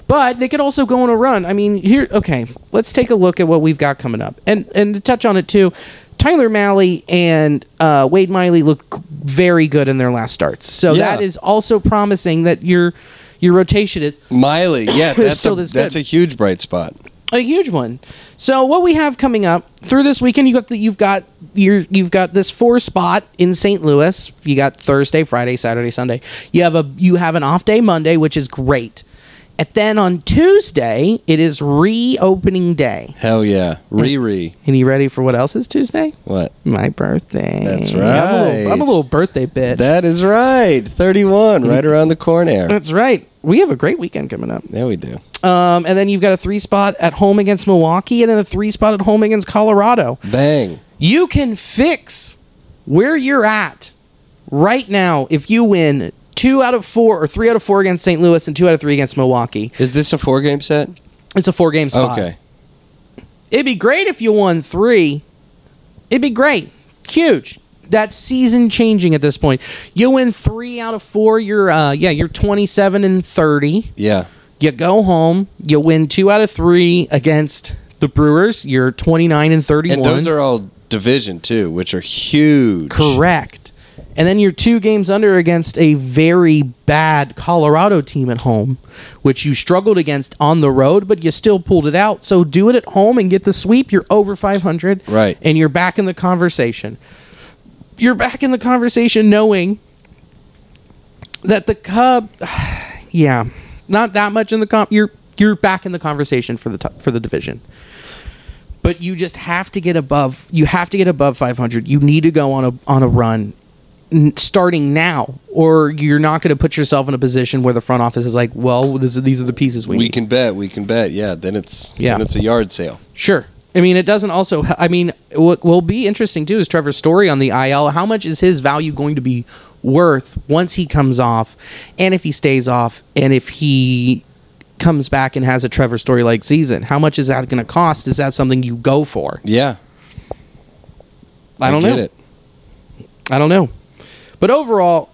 Speaker 2: But they could also go on a run. I mean, here, okay, let's take a look at what we've got coming up, and and to touch on it too. Tyler Malley and uh, Wade Miley look very good in their last starts, so
Speaker 1: Yeah.
Speaker 2: that is also promising that your your rotation is
Speaker 1: Miley, yeah, that's, a,
Speaker 2: Still this good.
Speaker 1: that's a huge bright spot.
Speaker 2: a huge one. So what we have coming up through this weekend, you got the, you've got your you've got this four spot in St. Louis. You got Thursday, Friday, Saturday, Sunday. You have a you have an off day Monday, which is great. And then on Tuesday, it is reopening day.
Speaker 1: Hell yeah.
Speaker 2: Mm.
Speaker 1: Riri.
Speaker 2: And you ready for what else is Tuesday?
Speaker 1: What?
Speaker 2: My birthday.
Speaker 1: That's
Speaker 2: I'm a little, I'm
Speaker 1: right.
Speaker 2: a little birthday bitch.
Speaker 1: That is right. 31,
Speaker 2: Mm.
Speaker 1: right around the corner.
Speaker 2: That's right. We have a great weekend coming up.
Speaker 1: Yeah, we do.
Speaker 2: Um, and then you've got a three spot at home against Milwaukee, and then a three spot at home against Colorado.
Speaker 1: Bang.
Speaker 2: You can fix where you're at right now if you win two out of four or three out of four against St. Louis and two out of three against Milwaukee.
Speaker 1: Is this a four game set?
Speaker 2: It's a four game spot.
Speaker 1: Okay.
Speaker 2: It'd be great if you won three. It'd be great. Huge. That's season changing at this point. You win three out of four. You're uh yeah, you're twenty seven and thirty.
Speaker 1: Yeah.
Speaker 2: You go home, you win two out of three against the Brewers. You're twenty nine and thirty one.
Speaker 1: And those are all division, too, which are huge.
Speaker 2: Correct. And then you're two games under against a very bad Colorado team at home, which you struggled against on the road, but you still pulled it out. So do it at home and get the sweep. You're over 500.
Speaker 1: Right.
Speaker 2: And you're back in the conversation. You're back in the conversation knowing that the Cub, yeah, not that much in the comp. You're you're back in the conversation for the top, for the division, but you just have to get above. You have to get above 500. You need to go on a on a run, n- starting now, or you're not going to put yourself in a position where the front office is like, well, this, these are the pieces we,
Speaker 1: We
Speaker 2: need.
Speaker 1: can bet. We can bet. Yeah. Then it's
Speaker 2: Yeah.
Speaker 1: then it's a yard sale.
Speaker 2: Sure. I mean, it doesn't also. I mean, what will be interesting too is Trevor's story on the IL. How much is his value going to be worth once he comes off, and if he stays off, and if he comes back and has a Trevor story like season? How much is that going to cost? Is that something you go for?
Speaker 1: Yeah.
Speaker 2: I don't
Speaker 1: get
Speaker 2: know.
Speaker 1: it.
Speaker 2: I don't know. But overall,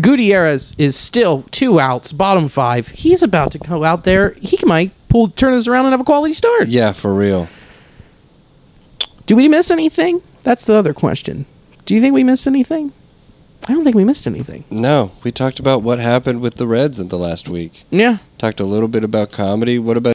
Speaker 2: Gutierrez is still two outs, bottom five. He's about to go out there. He might pull turn this around and have a quality start.
Speaker 1: Yeah, for real.
Speaker 2: Do we miss anything? That's the other question. Do you think we missed anything? I don't think we missed anything.
Speaker 1: No, we talked about what happened with the Reds in the last week.
Speaker 2: Yeah.
Speaker 1: Talked a little bit about comedy. What about